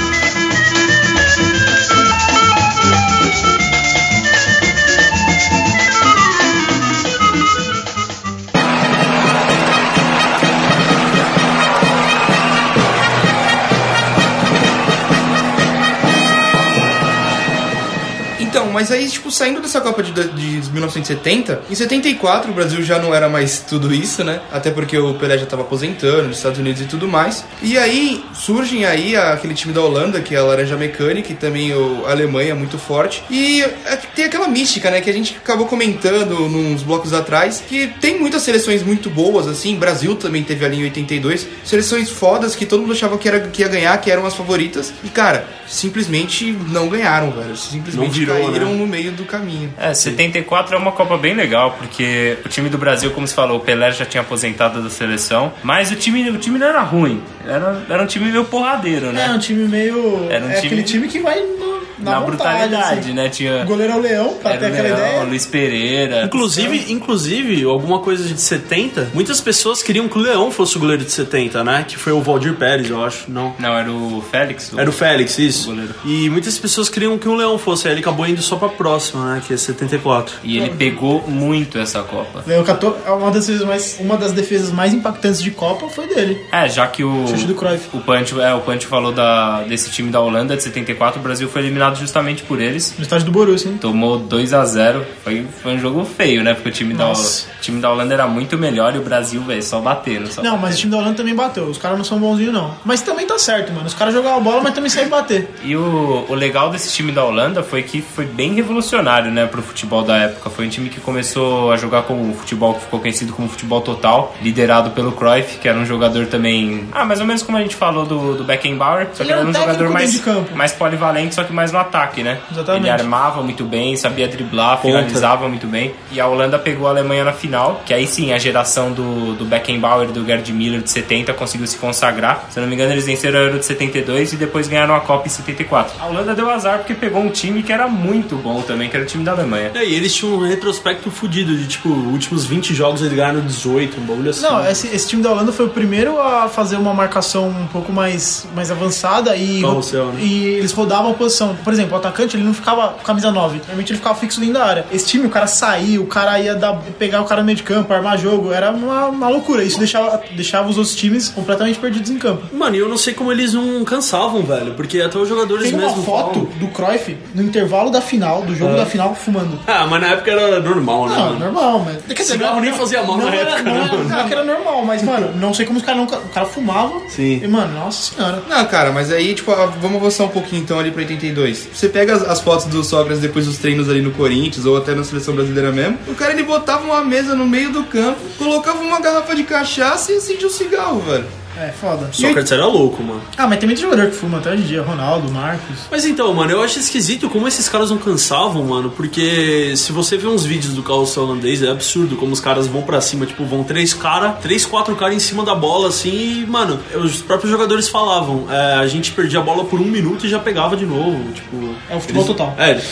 [SPEAKER 1] Então, mas aí, tipo, saindo dessa Copa de, de 1970, em 74 o Brasil já não era mais tudo isso, né? Até porque o Pelé já tava aposentando nos Estados Unidos e tudo mais. E aí surgem aí a- aquele time da Holanda, que é a Laranja Mecânica, e também o, a Alemanha é muito forte. E é, tem aquela mística, né? Que a gente acabou comentando nos blocos atrás, que tem muitas seleções muito boas, assim. Brasil também teve ali em 82. Seleções fodas que todo mundo achava que, era, que ia ganhar, que eram as favoritas. E, cara, simplesmente não ganharam, velho. Simplesmente
[SPEAKER 2] Não virou,
[SPEAKER 1] caíram
[SPEAKER 2] né?
[SPEAKER 1] no meio do caminho.
[SPEAKER 6] É, 74 é uma Copa bem legal, porque o time do Brasil, como se falou, o Pelé já tinha aposentado da seleção, mas o time, o time não era ruim, era, era um time meio porradeiro,
[SPEAKER 4] É,
[SPEAKER 6] né?
[SPEAKER 4] um time meio.
[SPEAKER 6] Era um
[SPEAKER 4] é
[SPEAKER 6] time-
[SPEAKER 4] aquele time que vai no- É, na,
[SPEAKER 6] Na,
[SPEAKER 4] vontade,
[SPEAKER 6] brutalidade,
[SPEAKER 4] assim.
[SPEAKER 6] né? Tinha
[SPEAKER 4] O goleiro é o Leão, pra ter
[SPEAKER 6] era o
[SPEAKER 4] aquela
[SPEAKER 6] Leão,
[SPEAKER 4] ideia.
[SPEAKER 6] Luiz Pereira.
[SPEAKER 2] Inclusive, inclusive, alguma coisa de 70, muitas pessoas queriam que o Leão fosse o goleiro de 70, né? Que foi o Valdir Pérez, eu acho. Não.
[SPEAKER 6] Não, era o Félix.
[SPEAKER 2] Era o Félix, isso.
[SPEAKER 6] Goleiro.
[SPEAKER 2] E muitas pessoas queriam que o Leão fosse, aí ele acabou indo só pra próxima, né? Que é 74.
[SPEAKER 6] E ele pegou muito essa Copa.
[SPEAKER 4] Leão catou. é Uma das, defesas mais, uma das defesas mais impactantes de Copa foi dele.
[SPEAKER 6] É, já que o.
[SPEAKER 4] Chute do Cruyff.
[SPEAKER 6] O Pancho, é, o Pancho falou da, desse time da Holanda de 74, o Brasil foi eliminado justamente por eles.
[SPEAKER 4] No estádio do Borussia, hein?
[SPEAKER 6] Tomou 2 a 0 foi, foi um jogo feio, né? Porque o time, da,
[SPEAKER 4] Nossa.
[SPEAKER 6] o time da Holanda era muito melhor e o Brasil, velho, só batendo. Só
[SPEAKER 4] Não, mas o time da Holanda também bateu. Os caras não são bonzinhos, não. Mas também tá certo, mano. Os caras jogavam bola, mas também saem bater.
[SPEAKER 6] E o, o legal desse time da Holanda foi que foi bem revolucionário, né, pro futebol da época. Foi um time que começou a jogar com o futebol que ficou conhecido como futebol total, liderado pelo Cruyff, que era um jogador também. Ah, mais ou menos como a gente falou do, do Beckenbauer, só que
[SPEAKER 4] Ele era
[SPEAKER 6] era
[SPEAKER 4] um
[SPEAKER 6] um
[SPEAKER 4] técnico
[SPEAKER 6] jogador mais,
[SPEAKER 4] dentro de campo.
[SPEAKER 6] mais polivalente, só que mais no ataque, né?
[SPEAKER 4] Exatamente.
[SPEAKER 6] Ele armava muito bem, sabia driblar,
[SPEAKER 2] Ponta.
[SPEAKER 6] finalizava muito bem. E a Holanda pegou a Alemanha na final, que aí sim a geração do, do Beckenbauer e do Gerd Miller de 70 conseguiu se consagrar. Se eu não me engano, eles venceram a Euro de 72 e depois ganharam a Copa em 74. A Holanda deu azar porque pegou um time que era muito bom também, que era o time da Alemanha.
[SPEAKER 4] É,
[SPEAKER 2] E aí eles tinham um retrospecto fudido de tipo, últimos 20 jogos eles ganharam 18, um bagulho assim.
[SPEAKER 4] Não, é- esse, esse time da Holanda foi o primeiro a fazer uma marcação um pouco mais, mais avançada e,
[SPEAKER 2] Como o seu, né?
[SPEAKER 4] e eles rodavam a posição. Por exemplo, o atacante ele não ficava com camisa 9, normalmente ele ficava fixo dentro da área. Esse time, o cara saía, o cara ia dar, pegar o cara no meio de campo, armar jogo, era uma, uma loucura. Isso deixava, deixava os outros times completamente perdidos em campo.
[SPEAKER 2] Mano, e eu não sei como eles não cansavam, velho. Porque até os jogadores
[SPEAKER 4] Tem uma
[SPEAKER 2] mesmo.
[SPEAKER 4] foto
[SPEAKER 2] falam-
[SPEAKER 4] do Cruyff no intervalo da final, do jogo da final, fumando.
[SPEAKER 2] Ah, mas na época era normal, né?
[SPEAKER 4] Não,
[SPEAKER 2] mano?
[SPEAKER 4] normal, mas. Quer
[SPEAKER 2] Cigarro nem fazia mal
[SPEAKER 4] não
[SPEAKER 2] na
[SPEAKER 4] era,
[SPEAKER 2] época,
[SPEAKER 4] não
[SPEAKER 2] né,
[SPEAKER 4] era-
[SPEAKER 2] mano?
[SPEAKER 4] não era que era normal, mas, mano, não sei como os caras não. O cara fumava.
[SPEAKER 2] Sim.
[SPEAKER 4] E, mano, nossa senhora.
[SPEAKER 1] Não, cara, mas aí, tipo, ah, vamos avançar um pouquinho então ali pra 82. Você pega as, as fotos do Sócrates depois dos treinos ali no Corinthians ou até na seleção brasileira mesmo. O cara ele botava uma mesa no meio do campo, colocava uma garrafa de cachaça e acendia um cigarro, velho.
[SPEAKER 4] É, foda.
[SPEAKER 2] Sócrates era louco, mano.
[SPEAKER 4] Ah, mas tem muito jogador que fuma até hoje em dia. Ronaldo, Marcos.
[SPEAKER 2] Mas então, mano, eu acho esquisito como esses caras não cansavam, mano, porque se você vê uns vídeos do carrossel holandês, é absurdo como os caras vão pra cima, tipo, vão três cara, três, quatro caras em cima da bola, assim, e, mano, os próprios jogadores falavam, é, a gente perdia a bola por um minuto e já pegava de novo, tipo...
[SPEAKER 4] É o futebol
[SPEAKER 2] eles-
[SPEAKER 4] total.
[SPEAKER 2] É,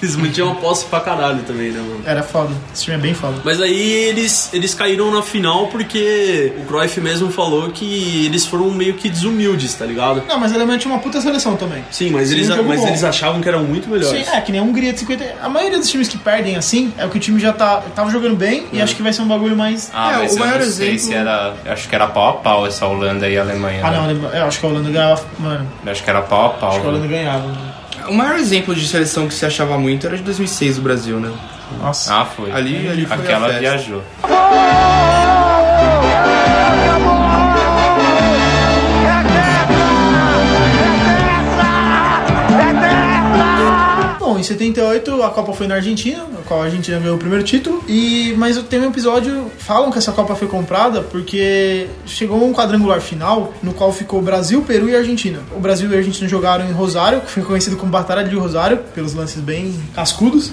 [SPEAKER 2] eles mantinham a posse pra caralho também, né, mano?
[SPEAKER 4] Era foda. Esse time é bem foda.
[SPEAKER 2] Mas aí eles, eles caíram na final porque o Cruyff mesmo falou que eles foram meio que desumildes, tá ligado?
[SPEAKER 4] Não, mas a Alemanha tinha uma puta seleção também.
[SPEAKER 2] Sim, mas,
[SPEAKER 4] Sim, um
[SPEAKER 2] eles,
[SPEAKER 4] jogo
[SPEAKER 2] mas
[SPEAKER 4] bom.
[SPEAKER 2] eles achavam que eram muito
[SPEAKER 4] Sim,
[SPEAKER 2] melhores.
[SPEAKER 4] é, que nem a Hungria de 50. A maioria dos times que perdem assim é o que o time já tá, tava jogando bem e acho que vai ser um bagulho mais.
[SPEAKER 6] Ah,
[SPEAKER 1] É,
[SPEAKER 6] mas
[SPEAKER 1] o
[SPEAKER 6] eu
[SPEAKER 1] maior
[SPEAKER 6] não sei
[SPEAKER 1] exemplo-
[SPEAKER 6] se era. Acho que era pau a pau essa Holanda e a Alemanha.
[SPEAKER 4] Ah,
[SPEAKER 6] né?
[SPEAKER 4] não, a Alemanha- eu acho que a Holanda ganhava. Mano,
[SPEAKER 6] Acho que era pau a pau.
[SPEAKER 4] acho que a
[SPEAKER 6] né?
[SPEAKER 4] Holanda ganhava. mano.
[SPEAKER 1] O maior exemplo de seleção que se achava muito era de 2006 o Brasil, né?
[SPEAKER 4] Nossa.
[SPEAKER 6] Ah, foi.
[SPEAKER 1] Ali- ali foi a
[SPEAKER 6] Aquela
[SPEAKER 1] festa.
[SPEAKER 6] viajou.
[SPEAKER 4] Bom, em 78 a Copa foi na Argentina, a qual a Argentina ganhou o primeiro título. E mas eu tenho um episódio falam que essa Copa foi comprada porque chegou um quadrangular final no qual ficou Brasil, Peru e Argentina. O Brasil e a Argentina jogaram em Rosário, que foi conhecido como Batalha de Rosário pelos lances bem cascudos.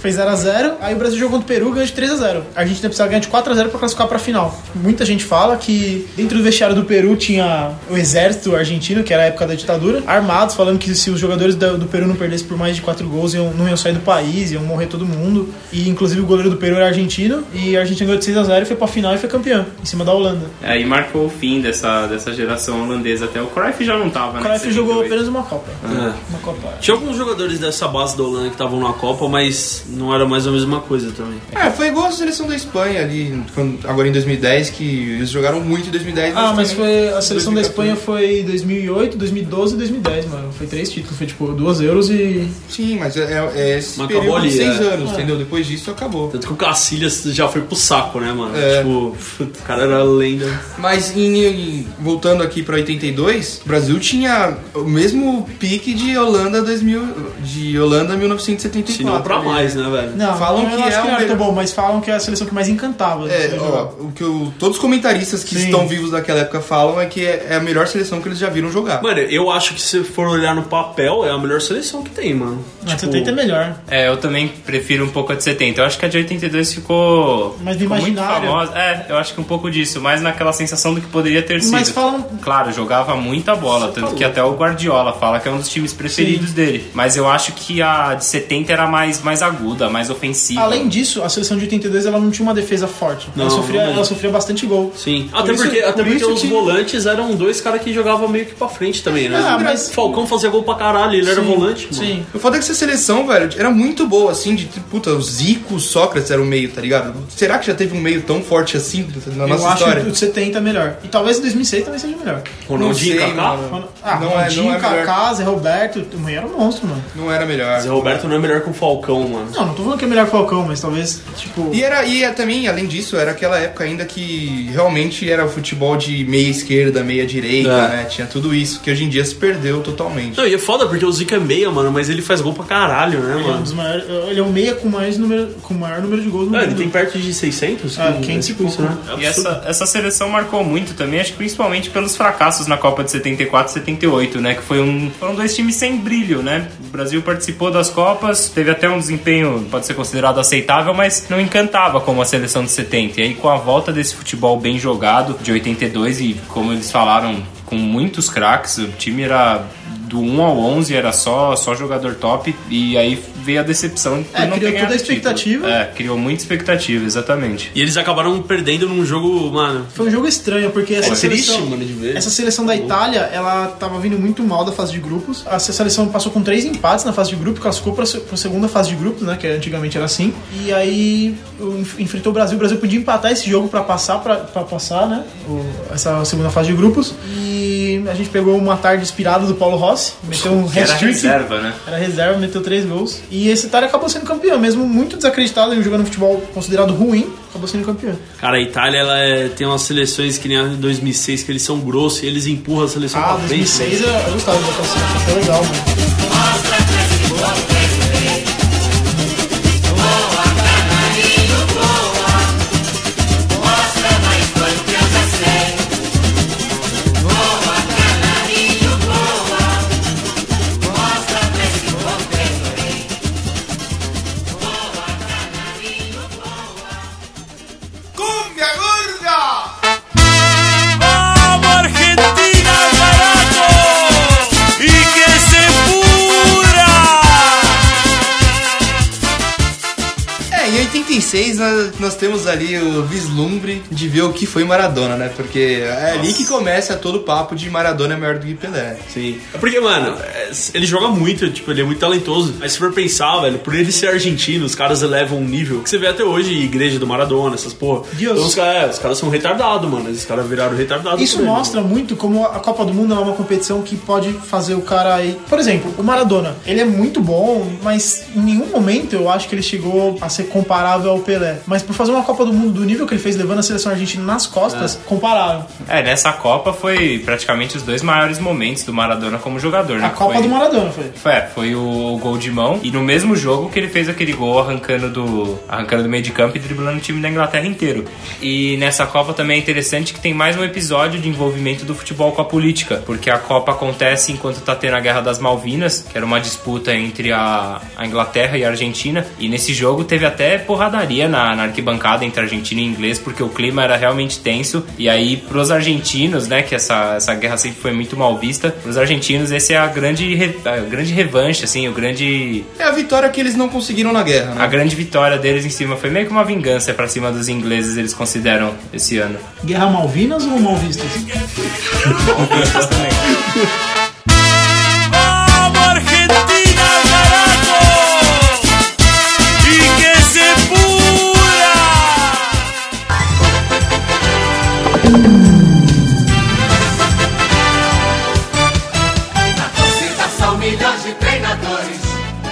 [SPEAKER 4] Fez 0x0, aí o Brasil jogou contra o Peru ganhou de 3x0. A Argentina precisava ganhar de 4x0 pra classificar pra final. Muita gente fala que dentro do vestiário do Peru tinha o exército argentino, que era a época da ditadura, armados, falando que se os jogadores da- do Peru não perdessem por mais de 4 gols, iam, não iam sair do país, iam morrer todo mundo. E inclusive o goleiro do Peru era argentino, e a Argentina ganhou de 6x0, foi pra final e foi campeã, em cima da Holanda.
[SPEAKER 6] Aí É, marcou o fim dessa, dessa geração holandesa até. O Cruyff já não tava,
[SPEAKER 4] O
[SPEAKER 6] né?
[SPEAKER 4] Cruyff jogou
[SPEAKER 6] 78.
[SPEAKER 4] apenas uma Copa.
[SPEAKER 2] É.
[SPEAKER 4] Uma Copa.
[SPEAKER 2] Tinha alguns jogadores dessa base da Holanda que estavam na Copa, mas não era mais a mesma coisa também.
[SPEAKER 1] É, foi igual a seleção da Espanha ali, quando- agora em 2010, que eles jogaram muito em 2010.
[SPEAKER 4] Ah, mas
[SPEAKER 1] também
[SPEAKER 4] foi a seleção da
[SPEAKER 1] 2014.
[SPEAKER 4] Espanha foi 2008, 2012 e 2010, mano. Foi três títulos, foi tipo duas euros e
[SPEAKER 1] Sim, mas é, é- é esse
[SPEAKER 2] Mas acabou
[SPEAKER 1] período
[SPEAKER 2] ali,
[SPEAKER 1] de seis
[SPEAKER 2] é.
[SPEAKER 1] anos, entendeu? Depois disso acabou.
[SPEAKER 2] Tanto que o Cacilhas já foi pro saco, né, mano?
[SPEAKER 1] É.
[SPEAKER 2] Tipo, puta, o cara era lenda.
[SPEAKER 1] Mas em- em- voltando aqui pra 82, o Brasil tinha o mesmo pique de Holanda 2000, de Holanda 1974.
[SPEAKER 2] Se não pra
[SPEAKER 1] ali.
[SPEAKER 2] mais, né, velho?
[SPEAKER 4] Ah, Não,
[SPEAKER 1] Falam
[SPEAKER 4] eu
[SPEAKER 1] que
[SPEAKER 4] acho
[SPEAKER 1] é
[SPEAKER 4] que
[SPEAKER 2] um
[SPEAKER 1] o
[SPEAKER 4] não era tão
[SPEAKER 1] melhor-
[SPEAKER 4] bom, mas falam que é a seleção que mais encantava. de
[SPEAKER 1] É,
[SPEAKER 4] se
[SPEAKER 1] ó,
[SPEAKER 2] tipo,
[SPEAKER 4] jogar.
[SPEAKER 1] o que o- todos os comentaristas que
[SPEAKER 4] Sim.
[SPEAKER 1] estão vivos daquela época falam é que é, é a melhor seleção que eles já viram jogar.
[SPEAKER 2] Mano, eu acho que se for olhar no papel, é a melhor seleção que tem, mano.
[SPEAKER 4] Mas 70 é melhor.
[SPEAKER 2] tipo-
[SPEAKER 6] É, eu também prefiro um pouco a de 70. Eu acho que a de 82 ficou,
[SPEAKER 4] Mas do
[SPEAKER 6] ficou muito
[SPEAKER 4] imaginário.
[SPEAKER 6] famosa. É, eu acho que um pouco disso, mas naquela sensação do que poderia ter sido.
[SPEAKER 4] Mas um- falam-
[SPEAKER 6] Claro, jogava muita bola, tanto que até o Guardiola fala que é um dos times preferidos dele. Mas eu acho que a de 70 era mais, mais aguda, mais ofensiva.
[SPEAKER 4] Além disso, a seleção de 82 ela não tinha uma defesa forte.
[SPEAKER 2] Não,
[SPEAKER 4] ela, sofria,
[SPEAKER 2] não.
[SPEAKER 4] ela sofria bastante gol.
[SPEAKER 2] Sim. Até
[SPEAKER 4] isso-
[SPEAKER 2] porque, até
[SPEAKER 4] por
[SPEAKER 2] porque
[SPEAKER 4] isso
[SPEAKER 2] os
[SPEAKER 4] que-
[SPEAKER 2] volantes eram dois caras que jogavam meio que pra frente também, né?
[SPEAKER 4] Ah, mas-
[SPEAKER 2] Falcão fazia gol pra caralho, ele era
[SPEAKER 4] Sim,
[SPEAKER 2] volante, mano.
[SPEAKER 4] Sim.
[SPEAKER 1] O foda é que essa seleção, velho, era muito boa, assim, de puta, o Zico, o Sócrates era o meio, tá ligado? Será que já teve um meio tão forte assim na
[SPEAKER 4] eu
[SPEAKER 1] nossa
[SPEAKER 4] acho
[SPEAKER 1] história?
[SPEAKER 4] que o de 70 é melhor. E talvez o 2006 também seja melhor.
[SPEAKER 2] Ronaldinho,
[SPEAKER 1] Não sei,
[SPEAKER 2] Kaká.
[SPEAKER 1] mano.
[SPEAKER 4] Ah,
[SPEAKER 1] Não é-
[SPEAKER 4] Ronaldinho,
[SPEAKER 1] não é melhor.
[SPEAKER 4] Kaká, Zé Roberto, o Mãe era um monstro, mano.
[SPEAKER 1] Não era melhor.
[SPEAKER 2] Zé Roberto não é melhor que o Falcão, mano.
[SPEAKER 4] Não, não tô falando que é melhor que o Falcão, mas talvez, tipo...
[SPEAKER 1] E era e é também, além disso, era aquela época ainda que realmente era futebol de meia esquerda, meia direita,
[SPEAKER 2] É.
[SPEAKER 1] né? Tinha tudo isso que hoje em dia se perdeu totalmente.
[SPEAKER 2] Não, e é foda porque o Zico é meia, mano, mas ele faz gol pra caralho, né,
[SPEAKER 4] Ele é um
[SPEAKER 2] mano?
[SPEAKER 4] dos maiores... Ele é o meia com, mais número, com o maior número de gols no
[SPEAKER 2] Ah, ele
[SPEAKER 4] mundo.
[SPEAKER 2] tem perto de 600?
[SPEAKER 4] Ah,
[SPEAKER 2] Que-
[SPEAKER 4] 500 e
[SPEAKER 2] tipo
[SPEAKER 4] pouco, né?
[SPEAKER 2] É absurdo.
[SPEAKER 6] E essa, essa seleção marcou muito também, acho que principalmente pelos fracassos na Copa de 74 e 78, né? Que foi um, foram dois times sem brilho, né? O Brasil participou das Copas, teve até um desempenho, pode ser considerado aceitável, mas não encantava como a seleção de 70. E aí, com a volta desse futebol bem jogado, de 82, e como eles falaram, com muitos craques, o time era. Do 1 ao 11 era só, só jogador top, e aí veio a decepção. por
[SPEAKER 4] É, criou
[SPEAKER 6] não ter
[SPEAKER 4] toda a
[SPEAKER 6] ganhado título.
[SPEAKER 4] expectativa.
[SPEAKER 6] É, criou muita expectativa, exatamente.
[SPEAKER 2] E eles acabaram perdendo num jogo, mano.
[SPEAKER 4] Foi um jogo estranho, porque essa
[SPEAKER 2] triste,
[SPEAKER 4] seleção,
[SPEAKER 2] mano, de ver.
[SPEAKER 4] essa seleção da Itália, ela tava vindo muito mal da fase de grupos. Essa seleção passou com três empates na fase de grupo, classificou pra, se- pra segunda fase de grupos, né, que antigamente era assim. E aí o- enf- enfrentou o Brasil, o Brasil podia empatar esse jogo pra passar, pra, pra passar, né, o- essa segunda fase de grupos. E a gente pegou uma tarde inspirada do Paulo Rossi, meteu um
[SPEAKER 6] Que era
[SPEAKER 4] hat-trick.
[SPEAKER 6] reserva, né?
[SPEAKER 4] Era reserva, meteu três gols. E esse Itália acabou sendo campeão, mesmo muito desacreditado e jogando futebol considerado ruim, acabou sendo campeão.
[SPEAKER 2] Cara, a Itália ela é- tem umas seleções que nem a de 2006, que eles são grossos e eles empurram a seleção
[SPEAKER 4] Ah,
[SPEAKER 2] pra frente. né?
[SPEAKER 6] né?
[SPEAKER 4] 2006 eu eu gostava da calcinha, achei legal, né? mano.
[SPEAKER 1] É, em 86 nós, nós temos ali o vislumbre de ver o que foi Maradona, né? Porque é ali que começa todo o papo de Maradona é maior do que Pelé.
[SPEAKER 2] Sim. É porque, mano, é, ele joga muito, tipo, ele é muito talentoso. Mas se for pensar, velho, por ele ser argentino, os caras elevam um nível que você vê até hoje, igreja do Maradona, essas porra.
[SPEAKER 4] Deus.
[SPEAKER 2] Então os caras, é, os caras são retardados, mano. Esses caras viraram retardados.
[SPEAKER 4] Isso
[SPEAKER 2] por ele,
[SPEAKER 4] mostra muito como a Copa do Mundo é uma competição que pode fazer o cara aí. Por exemplo, o Maradona, ele é muito bom, mas em nenhum momento eu acho que ele chegou a ser comparável ao Pelé. Mas por fazer uma Copa do Mundo do nível que ele fez, levando a seleção argentina nas costas, compararam.
[SPEAKER 6] É, nessa Copa foi praticamente os dois maiores momentos do Maradona como jogador, né?
[SPEAKER 4] A
[SPEAKER 6] Que
[SPEAKER 4] Copa
[SPEAKER 6] foi-
[SPEAKER 4] do Maradona foi.
[SPEAKER 6] É, foi o gol de mão. E no mesmo jogo que ele fez aquele gol arrancando do, arrancando do meio de campo e driblando o time da Inglaterra inteiro. E nessa Copa também é interessante que tem mais um episódio de envolvimento do futebol com a política. Porque a Copa acontece enquanto tá tendo a Guerra das Malvinas, que era uma disputa entre a, a Inglaterra e a Argentina. E nesse jogo teve até porradaria na, na arquibancada entre argentino e inglês, porque o clima era realmente tenso. E aí, pros argentinos, né, que essa, essa guerra sempre foi muito mal vista, pros argentinos esse é a grande, re- a grande revanche, assim, o grande,
[SPEAKER 1] É a vitória que eles não conseguiram na guerra, né?
[SPEAKER 6] a grande vitória deles em cima. Foi meio que uma vingança pra cima dos ingleses, eles consideram esse ano.
[SPEAKER 4] Guerra Malvinas ou Malvistas?
[SPEAKER 5] Vamos Argentina, carajo! ¡Y que se pudra!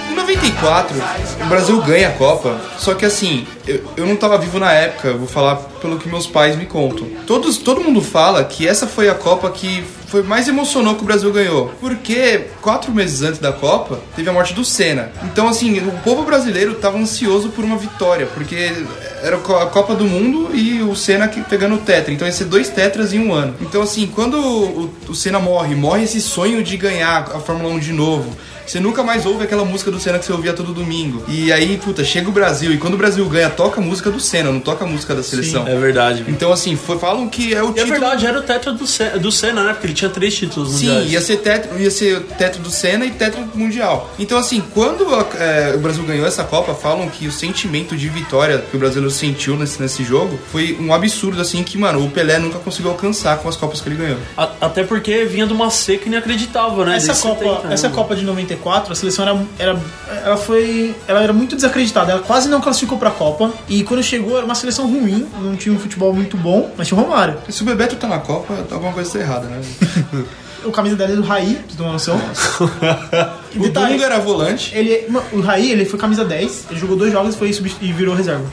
[SPEAKER 1] Em 94, o Brasil ganha a Copa. Só que assim, eu, eu não tava vivo na época, vou falar pelo que meus pais me contam. Todos, todo mundo fala que essa foi a Copa que foi mais emocionou que o Brasil ganhou. Porque quatro meses antes da Copa, teve a morte do Senna. Então, assim, o povo brasileiro tava ansioso por uma vitória, porque era a Co- a Copa do Mundo e o Senna que- pegando o Tetra. Então ia ser dois Tetras em um ano. Então, assim, quando o, o Senna morre, morre esse sonho de ganhar a Fórmula 1 de novo. Você nunca mais ouve aquela música do Senna que você ouvia todo domingo. E aí, puta, chega o Brasil e quando o Brasil ganha, toca a música do Senna, não toca a música da seleção.
[SPEAKER 2] É verdade.
[SPEAKER 1] Então, assim, foi- falam que é o
[SPEAKER 2] E é
[SPEAKER 1] título.
[SPEAKER 2] verdade, era o tetra do, Sen- do Senna, né? Porque ele tinha três títulos
[SPEAKER 1] Sim,
[SPEAKER 2] mundiais.
[SPEAKER 1] ia ser, tetra, ia ser tetra do Senna e tetra mundial. Então, assim, quando é, o Brasil ganhou essa Copa, falam que o sentimento de vitória que o brasileiro sentiu nesse, nesse jogo foi um absurdo, assim, que, mano, o Pelé nunca conseguiu alcançar com as Copas que ele ganhou.
[SPEAKER 2] A- até porque vinha de uma seca inacreditável, né?
[SPEAKER 4] Essa
[SPEAKER 2] Desde
[SPEAKER 4] Copa,
[SPEAKER 2] 70, né?
[SPEAKER 4] essa Copa de 94, a seleção era, era, ela foi, ela era muito desacreditada. Ela quase não classificou pra Copa. E quando chegou, era uma seleção ruim. Não tinha um futebol muito bom, mas tinha o Romário.
[SPEAKER 1] Se o Bebeto tá na Copa, alguma coisa tá errada, né?
[SPEAKER 4] O camisa dele é do Raí, pra você ter uma noção. E
[SPEAKER 1] o
[SPEAKER 4] detalhe,
[SPEAKER 1] Dunga era volante.
[SPEAKER 4] ele, o Raí, ele foi camisa 10, ele jogou dois jogos e foi substitu- e virou reserva.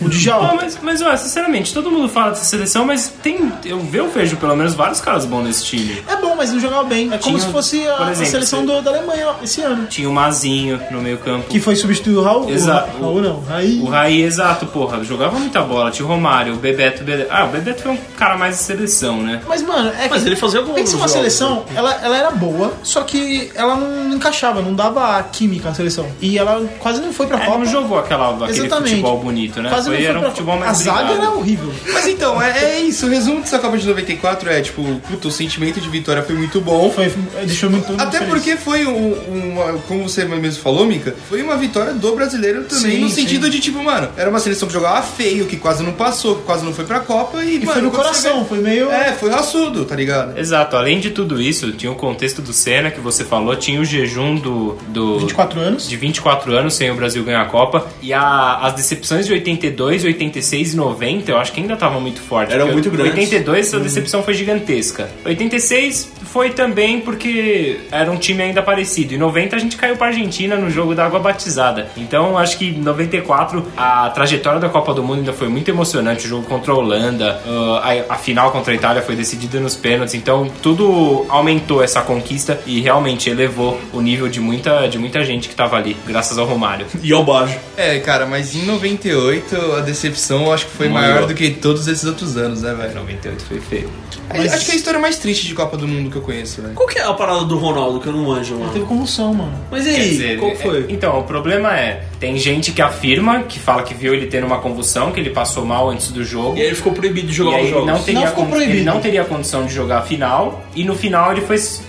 [SPEAKER 4] O
[SPEAKER 6] Pô,
[SPEAKER 4] Djalma.
[SPEAKER 6] mas, mas ó, sinceramente, todo mundo fala dessa seleção, mas tem. Eu eu vejo pelo menos vários caras bons nesse time.
[SPEAKER 4] É bom, mas não jogava bem. É como
[SPEAKER 6] Tinha,
[SPEAKER 4] se fosse a,
[SPEAKER 6] por
[SPEAKER 4] a
[SPEAKER 6] exemplo,
[SPEAKER 4] seleção
[SPEAKER 6] você-
[SPEAKER 4] do- da Alemanha esse ano.
[SPEAKER 6] Tinha o Mazinho no meio campo.
[SPEAKER 4] Que foi substituir o Raul.
[SPEAKER 6] Exato.
[SPEAKER 4] O Ra- Raul não, Raí.
[SPEAKER 6] O Raí, exato, porra, jogava muita bola. Tinha o Romário, o Bebeto, o Bebeto. Ah, o Bebeto foi um cara mais de seleção, né?
[SPEAKER 4] Mas, mano, é
[SPEAKER 2] Mas
[SPEAKER 4] que-
[SPEAKER 2] ele fazia gol
[SPEAKER 4] Pensa
[SPEAKER 2] nos
[SPEAKER 4] uma
[SPEAKER 2] jogos.
[SPEAKER 4] seleção, ela, ela era boa, só que ela não encaixava, não dava a química à seleção. E ela quase não foi pra
[SPEAKER 6] É,
[SPEAKER 4] Copa.
[SPEAKER 6] não jogou aquela, aquele
[SPEAKER 4] Exatamente.
[SPEAKER 6] futebol bonito, né?
[SPEAKER 4] Quase
[SPEAKER 6] Foi,
[SPEAKER 4] não foi
[SPEAKER 6] era
[SPEAKER 4] pra
[SPEAKER 6] um futebol mais
[SPEAKER 4] A zaga
[SPEAKER 6] brigado.
[SPEAKER 4] era horrível.
[SPEAKER 1] Mas então, é, é isso. O resumo dessa Copa de 94 é, tipo, puta, o sentimento de vitória foi muito bom.
[SPEAKER 4] Foi, deixou muito. muito
[SPEAKER 1] Até
[SPEAKER 4] feliz.
[SPEAKER 1] porque foi um, uma- como você mesmo falou, Mika, foi uma vitória do brasileiro também,
[SPEAKER 4] Sim,
[SPEAKER 1] no
[SPEAKER 4] sim.
[SPEAKER 1] sentido de, tipo, mano, era uma seleção que jogava feio, que quase não passou, que quase não foi pra Copa e,
[SPEAKER 4] E
[SPEAKER 1] mano,
[SPEAKER 4] foi no
[SPEAKER 1] quando você
[SPEAKER 4] coração, foi meio.
[SPEAKER 1] vê- É, foi raçudo, tá ligado?
[SPEAKER 6] Exato, além de tudo isso, tinha o contexto do Senna que você falou, tinha o jejum do. do
[SPEAKER 4] 24 anos.
[SPEAKER 6] de 24 anos sem o Brasil ganhar a Copa. E a- as decepções de 82, 86 e 90, eu acho que ainda estavam muito fortes.
[SPEAKER 2] Eram
[SPEAKER 6] porque
[SPEAKER 2] muito grandes.
[SPEAKER 6] 82, essa decepção foi gigantesca. 86 foi também porque era um time ainda parecido. E 90 a gente caiu pra Argentina no jogo da água batizada. Então acho que em 94 a trajetória da Copa do Mundo ainda foi muito emocionante. O jogo contra a Holanda, ah, a, a final contra a Itália foi decidida nos pênaltis. Então tudo aumentou essa conquista e realmente elevou o nível de muita, de muita gente que tava ali, graças ao Romário.
[SPEAKER 2] E ao baixo.
[SPEAKER 1] É, cara, mas em 98 a decepção eu acho que foi
[SPEAKER 6] Maior.
[SPEAKER 1] maior do que todos esses outros anos, né, velho?
[SPEAKER 6] 98 foi feio.
[SPEAKER 4] Mas-
[SPEAKER 1] Acho que é a história mais triste de Copa do Mundo que eu conheço, né? velho.
[SPEAKER 2] Qual que é a parada do Ronaldo que eu não manjo,
[SPEAKER 4] Ele
[SPEAKER 2] mano?
[SPEAKER 4] Teve convulsão, mano.
[SPEAKER 2] Mas e aí,
[SPEAKER 6] Quer dizer,
[SPEAKER 2] qual
[SPEAKER 6] é-
[SPEAKER 2] foi?
[SPEAKER 6] então, o problema é, tem gente que afirma, que fala que viu ele tendo uma convulsão, que ele passou mal antes do jogo.
[SPEAKER 2] E aí ele ficou proibido de
[SPEAKER 6] e
[SPEAKER 2] jogar
[SPEAKER 6] aí
[SPEAKER 2] os
[SPEAKER 6] ele
[SPEAKER 2] jogos.
[SPEAKER 6] não, teria
[SPEAKER 4] Não ficou
[SPEAKER 6] con-
[SPEAKER 4] proibido.
[SPEAKER 6] ele não teria condição de jogar a final. E no final ele foi. s-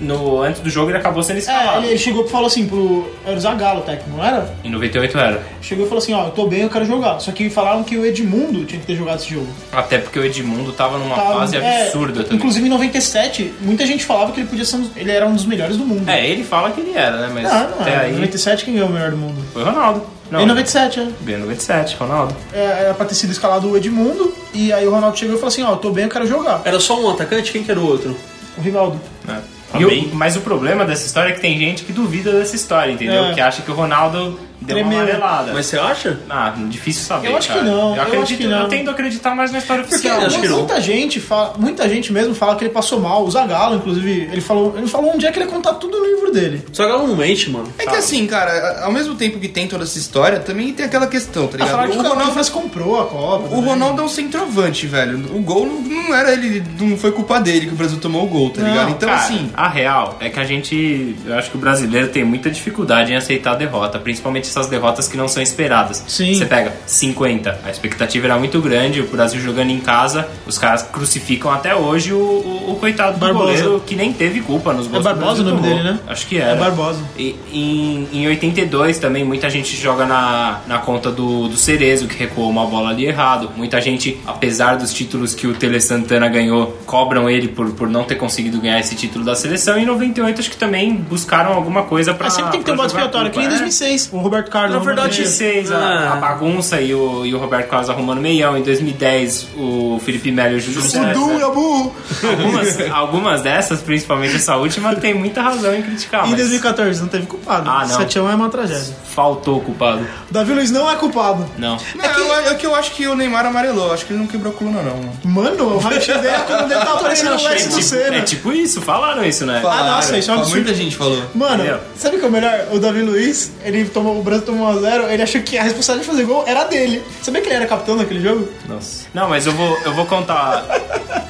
[SPEAKER 6] No, antes do jogo ele acabou sendo
[SPEAKER 4] É,
[SPEAKER 6] escalado.
[SPEAKER 4] ele- ele chegou e falou assim pro. Era o Zagalo, técnico, não era?
[SPEAKER 6] Em 98 era.
[SPEAKER 4] Chegou e falou assim: ó, eu tô bem, eu quero jogar. Só que falaram que o Edmundo tinha que ter jogado esse jogo.
[SPEAKER 6] Até porque o Edmundo tava numa
[SPEAKER 4] Tá,
[SPEAKER 6] fase
[SPEAKER 4] é,
[SPEAKER 6] absurda também.
[SPEAKER 4] Inclusive em 97, muita gente falava que ele podia ser. um dos- Ele era um dos melhores do mundo. Ah,
[SPEAKER 6] É, ele fala que ele era, né? Mas
[SPEAKER 4] Não, é, não
[SPEAKER 6] até
[SPEAKER 4] era.
[SPEAKER 6] aí
[SPEAKER 4] Em 97 quem ganhou o melhor do mundo?
[SPEAKER 6] foi Ronaldo. Não, né?
[SPEAKER 4] Em 97, é.
[SPEAKER 6] bem 97, Ronaldo.
[SPEAKER 4] É, Era pra ter sido escalado o Edmundo. E aí o Ronaldo chegou e falou assim: Ó, eu tô bem, eu quero
[SPEAKER 6] É.
[SPEAKER 4] jogar.
[SPEAKER 2] Era só um atacante? Quem que era o outro?
[SPEAKER 4] O Rivaldo.
[SPEAKER 6] né. E o-
[SPEAKER 2] Amém.
[SPEAKER 6] mas o problema dessa história é que tem gente que duvida dessa história, entendeu?
[SPEAKER 4] É.
[SPEAKER 6] Que acha que o Ronaldo
[SPEAKER 11] deu uma
[SPEAKER 4] Tremeu.
[SPEAKER 6] É.
[SPEAKER 11] amarelada.
[SPEAKER 2] Mas você acha?
[SPEAKER 6] Ah, difícil saber.
[SPEAKER 4] Eu acho que
[SPEAKER 6] cara.
[SPEAKER 4] não,
[SPEAKER 6] Eu,
[SPEAKER 4] eu
[SPEAKER 6] acredito,
[SPEAKER 4] acho que não.
[SPEAKER 6] eu tendo a acreditar mais na história
[SPEAKER 4] Porque
[SPEAKER 6] oficial.
[SPEAKER 2] acho que não.
[SPEAKER 4] muita gente fala, muita gente mesmo fala que ele passou mal. O Zagallo, inclusive, ele falou, ele falou um dia que ele ia contar tudo no livro dele.
[SPEAKER 2] Só que ela não mente, mano.
[SPEAKER 1] É que assim, cara, ao mesmo tempo que tem toda essa história, também tem aquela questão, tá ligado?
[SPEAKER 4] Ah, Falar que
[SPEAKER 1] O
[SPEAKER 4] o
[SPEAKER 1] Ronaldo
[SPEAKER 4] Ronaldo comprou a Copa. né?
[SPEAKER 1] O Ronaldo é um centroavante, velho. O gol não, não era ele, não foi culpa dele que o Brasil tomou o gol, tá
[SPEAKER 4] Não,
[SPEAKER 1] ligado? Então,
[SPEAKER 6] Cara,
[SPEAKER 1] assim.
[SPEAKER 6] a real é que a gente, eu acho que o brasileiro tem muita dificuldade em aceitar a derrota, principalmente essas derrotas que não são esperadas.
[SPEAKER 4] Sim.
[SPEAKER 6] Você pega 50, a expectativa era muito grande, o Brasil jogando em casa, os caras crucificam até hoje o, o- o coitado do
[SPEAKER 4] Barbosa.
[SPEAKER 6] goleiro que nem teve culpa nos gols. que
[SPEAKER 4] Barbosa
[SPEAKER 6] Brasil
[SPEAKER 4] o nome
[SPEAKER 6] tomou.
[SPEAKER 4] dele, né?
[SPEAKER 6] Acho que era.
[SPEAKER 4] É Barbosa.
[SPEAKER 6] E, em, em 82 também muita gente joga na, na conta do, do Cerezo, que recuou uma bola ali errado. Muita gente, apesar dos títulos que o Tele Santana ganhou, cobram ele por, por não ter conseguido ganhar esse título da seleção. E em 98 acho que também buscaram alguma coisa pra.
[SPEAKER 4] Ah, sempre tem que ter um
[SPEAKER 6] pra
[SPEAKER 4] bode
[SPEAKER 6] jogar
[SPEAKER 4] expiatório, que
[SPEAKER 6] culpa,
[SPEAKER 4] nem em
[SPEAKER 6] né?
[SPEAKER 4] 2006, o Roberto Carlos.
[SPEAKER 6] Na
[SPEAKER 4] o
[SPEAKER 6] verdade,
[SPEAKER 4] Roberto-
[SPEAKER 6] 2006, a, a
[SPEAKER 4] é.
[SPEAKER 6] bagunça e o, e o Roberto Carlos arrumando meião. Em 2010, o Felipe Melo e o Júlio César.
[SPEAKER 4] burro.
[SPEAKER 6] Algumas, algumas dessas, principalmente essa última, tem muita razão em criticar.
[SPEAKER 4] Em
[SPEAKER 6] mas
[SPEAKER 4] 2014, Ah, não teve culpado.
[SPEAKER 6] Ah, não.
[SPEAKER 4] 7x1 é uma tragédia.
[SPEAKER 6] Faltou o culpado.
[SPEAKER 4] Davi Luiz não é culpado.
[SPEAKER 6] Não.
[SPEAKER 1] Não, é que... Eu, é que eu acho que o Neymar amarelou, acho que ele não quebrou a coluna, não. mano.
[SPEAKER 4] Mano, o raio-x dele é quando ele tá aparecendo o S do
[SPEAKER 6] tipo,
[SPEAKER 4] Senna.
[SPEAKER 6] é tipo isso, falaram isso, né?
[SPEAKER 4] Ah, nossa, isso é um
[SPEAKER 1] Fala-
[SPEAKER 4] absurdo.
[SPEAKER 1] Muita gente falou.
[SPEAKER 4] Mano,
[SPEAKER 6] Entendeu?
[SPEAKER 4] sabe o que é o melhor? O Davi Luiz, ele tomou, o Brasil tomou 1x0, ele achou que a responsabilidade de fazer gol era dele. Sabia que ele era capitão naquele jogo?
[SPEAKER 6] Nossa. Não, mas eu vou, eu vou contar.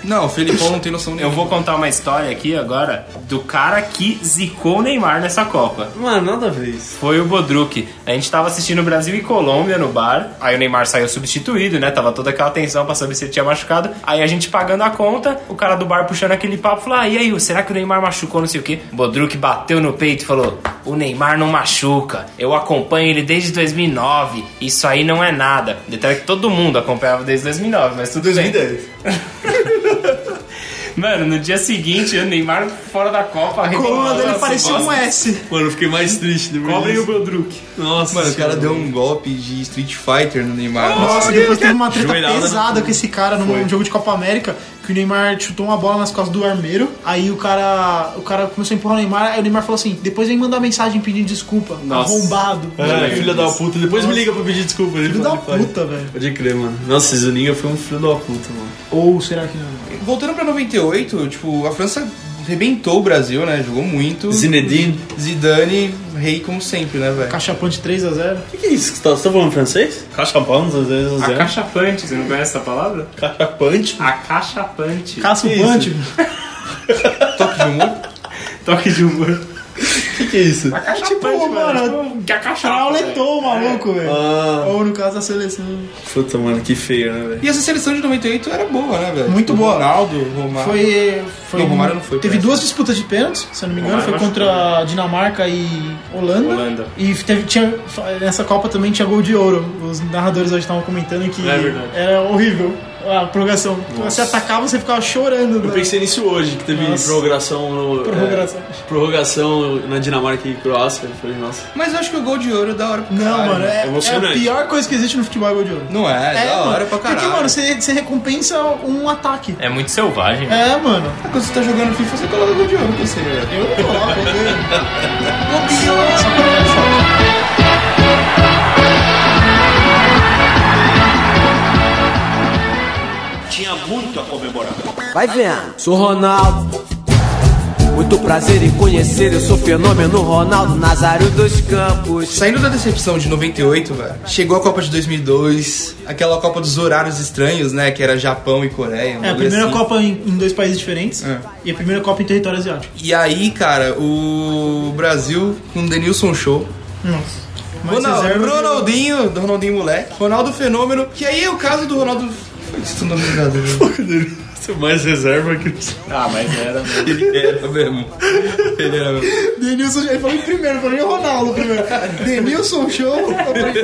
[SPEAKER 1] Não, o Felipão não tem noção
[SPEAKER 6] eu
[SPEAKER 1] nenhuma.
[SPEAKER 6] vou contar uma história aqui agora do cara que zicou o Neymar nessa Copa.
[SPEAKER 2] Mano, nada a ver isso.
[SPEAKER 6] Foi o Bodruk. A gente tava assistindo Brasil e Colômbia no bar. Aí o Neymar saiu substituído, né? Tava toda aquela tensão pra saber se ele tinha machucado. Aí a gente pagando a conta, o cara do bar puxando aquele papo falou: Ah, e aí, será que o Neymar machucou? Não sei o quê. Bodruk bateu no peito e falou: O Neymar não machuca. Eu acompanho ele desde 2009. Isso aí não é nada. Detalhe que todo mundo acompanhava desde 2009, mas tudo bem. Mano, no dia seguinte, o Neymar fora da Copa.
[SPEAKER 4] A coluna dele parecia um S.
[SPEAKER 2] Mano, eu fiquei mais triste depois
[SPEAKER 6] Cobrem o
[SPEAKER 2] disso.
[SPEAKER 6] Bodruk.
[SPEAKER 2] Nossa,
[SPEAKER 1] Mano, o cara
[SPEAKER 2] senhora.
[SPEAKER 1] deu um golpe de Street Fighter no Neymar.
[SPEAKER 4] Nossa, depois teve uma treta
[SPEAKER 2] Joelhada. né?
[SPEAKER 4] pesada com esse cara num jogo de Copa América, que o Neymar chutou uma bola nas costas do armeiro, aí o cara, o cara começou a empurrar o Neymar, aí o Neymar falou assim, depois vem mandar mensagem pedindo desculpa,
[SPEAKER 6] Nossa.
[SPEAKER 4] arrombado.
[SPEAKER 2] É, filho da puta. Depois me liga pra pedir desculpa. ele
[SPEAKER 4] Filho da
[SPEAKER 2] fala, ele fala.
[SPEAKER 4] puta, velho.
[SPEAKER 2] Pode crer, mano. Nossa, esse Zuninga foi um filho da puta, mano.
[SPEAKER 4] Ou será que não?
[SPEAKER 1] Voltando pra 98, tipo, a França arrebentou o Brasil, né? Jogou muito.
[SPEAKER 2] Zinedine.
[SPEAKER 1] Zidane, rei como sempre, né, velho?
[SPEAKER 4] Cachapante 3x0.
[SPEAKER 2] O que, que é isso? que Você tá, você tá falando francês? Cachapão, às vezes. é.
[SPEAKER 6] A cachapante, você não conhece essa palavra? Ah,
[SPEAKER 2] Cachapante.
[SPEAKER 6] A cachapante.
[SPEAKER 4] Caça o
[SPEAKER 2] Que
[SPEAKER 4] Pante.
[SPEAKER 1] Toque de humor.
[SPEAKER 6] Toque de humor.
[SPEAKER 2] O que, que é isso?
[SPEAKER 6] A cachapante,
[SPEAKER 4] Tipo, mano,
[SPEAKER 6] Que a cachapa.
[SPEAKER 4] Trauletou o maluco, velho.
[SPEAKER 2] É. Ah,
[SPEAKER 4] Ou no caso da seleção.
[SPEAKER 2] puta, mano, que feio, né, velho?
[SPEAKER 1] E essa seleção de 98 era boa, né, velho?
[SPEAKER 4] Muito
[SPEAKER 1] Tipo,
[SPEAKER 4] boa.
[SPEAKER 1] Ronaldo, Romário.
[SPEAKER 4] Foi. foi um-
[SPEAKER 1] Não, Romário não foi,
[SPEAKER 4] Teve
[SPEAKER 1] parece.
[SPEAKER 4] duas disputas de pênaltis, se eu não me engano.
[SPEAKER 6] Romário
[SPEAKER 4] Foi contra Dinamarca e Holanda.
[SPEAKER 6] Holanda.
[SPEAKER 4] E teve, tinha, nessa Copa também tinha gol de ouro. Os narradores hoje estavam comentando que
[SPEAKER 2] É verdade.
[SPEAKER 4] era horrível a prorrogação. Você atacava, você ficava chorando.
[SPEAKER 2] Eu
[SPEAKER 4] né?
[SPEAKER 2] pensei nisso hoje, que teve
[SPEAKER 4] Nossa.
[SPEAKER 2] prorrogação no.
[SPEAKER 4] Prorrogação.
[SPEAKER 2] é, prorrogação na Dinamarca e Croácia. Eu falei, nossa.
[SPEAKER 1] Mas eu acho que o gol de ouro é da hora pra
[SPEAKER 4] Não,
[SPEAKER 1] caralho.
[SPEAKER 4] mano, é, é a
[SPEAKER 2] emocionante.
[SPEAKER 4] pior coisa que existe no futebol é gol de ouro.
[SPEAKER 1] Não é, é, da
[SPEAKER 4] mano,
[SPEAKER 1] hora pra caralho.
[SPEAKER 4] Porque, mano, você, você recompensa um ataque.
[SPEAKER 6] É muito selvagem. mano.
[SPEAKER 4] É, mano.
[SPEAKER 1] Quando você tá jogando FIFA, você coloca gol de ouro pra você, velho.
[SPEAKER 4] Eu não coloco. eu-
[SPEAKER 7] Tinha muito a comemorar.
[SPEAKER 5] Vai vendo. Sou Ronaldo. Muito prazer em conhecer, eu sou fenômeno Ronaldo Nazário dos Campos.
[SPEAKER 1] Saindo da decepção de 98, velho, chegou a Copa de 2002, aquela Copa dos horários estranhos, né? Que era Japão e Coreia. um
[SPEAKER 4] É, a
[SPEAKER 1] bagulho
[SPEAKER 4] primeira
[SPEAKER 1] assim.
[SPEAKER 4] Copa em, em dois países diferentes
[SPEAKER 1] É.
[SPEAKER 4] e a primeira Copa em território asiático.
[SPEAKER 1] E aí, cara, o Brasil com o Denilson Show.
[SPEAKER 4] Nossa. Mas
[SPEAKER 1] Ronaldo,
[SPEAKER 4] reserva-
[SPEAKER 1] Ronaldinho, do Ronaldinho moleque. Ronaldo Fenômeno. Que aí é o caso do Ronaldo. Foi isso o nome do Brasil, né? velho.
[SPEAKER 2] Você mais reserva que o
[SPEAKER 6] Ah, mas era.
[SPEAKER 1] Ele era mesmo. Ele era mesmo.
[SPEAKER 4] Denilson, ele falou em primeiro, falou em Ronaldo primeiro. Denilson Show,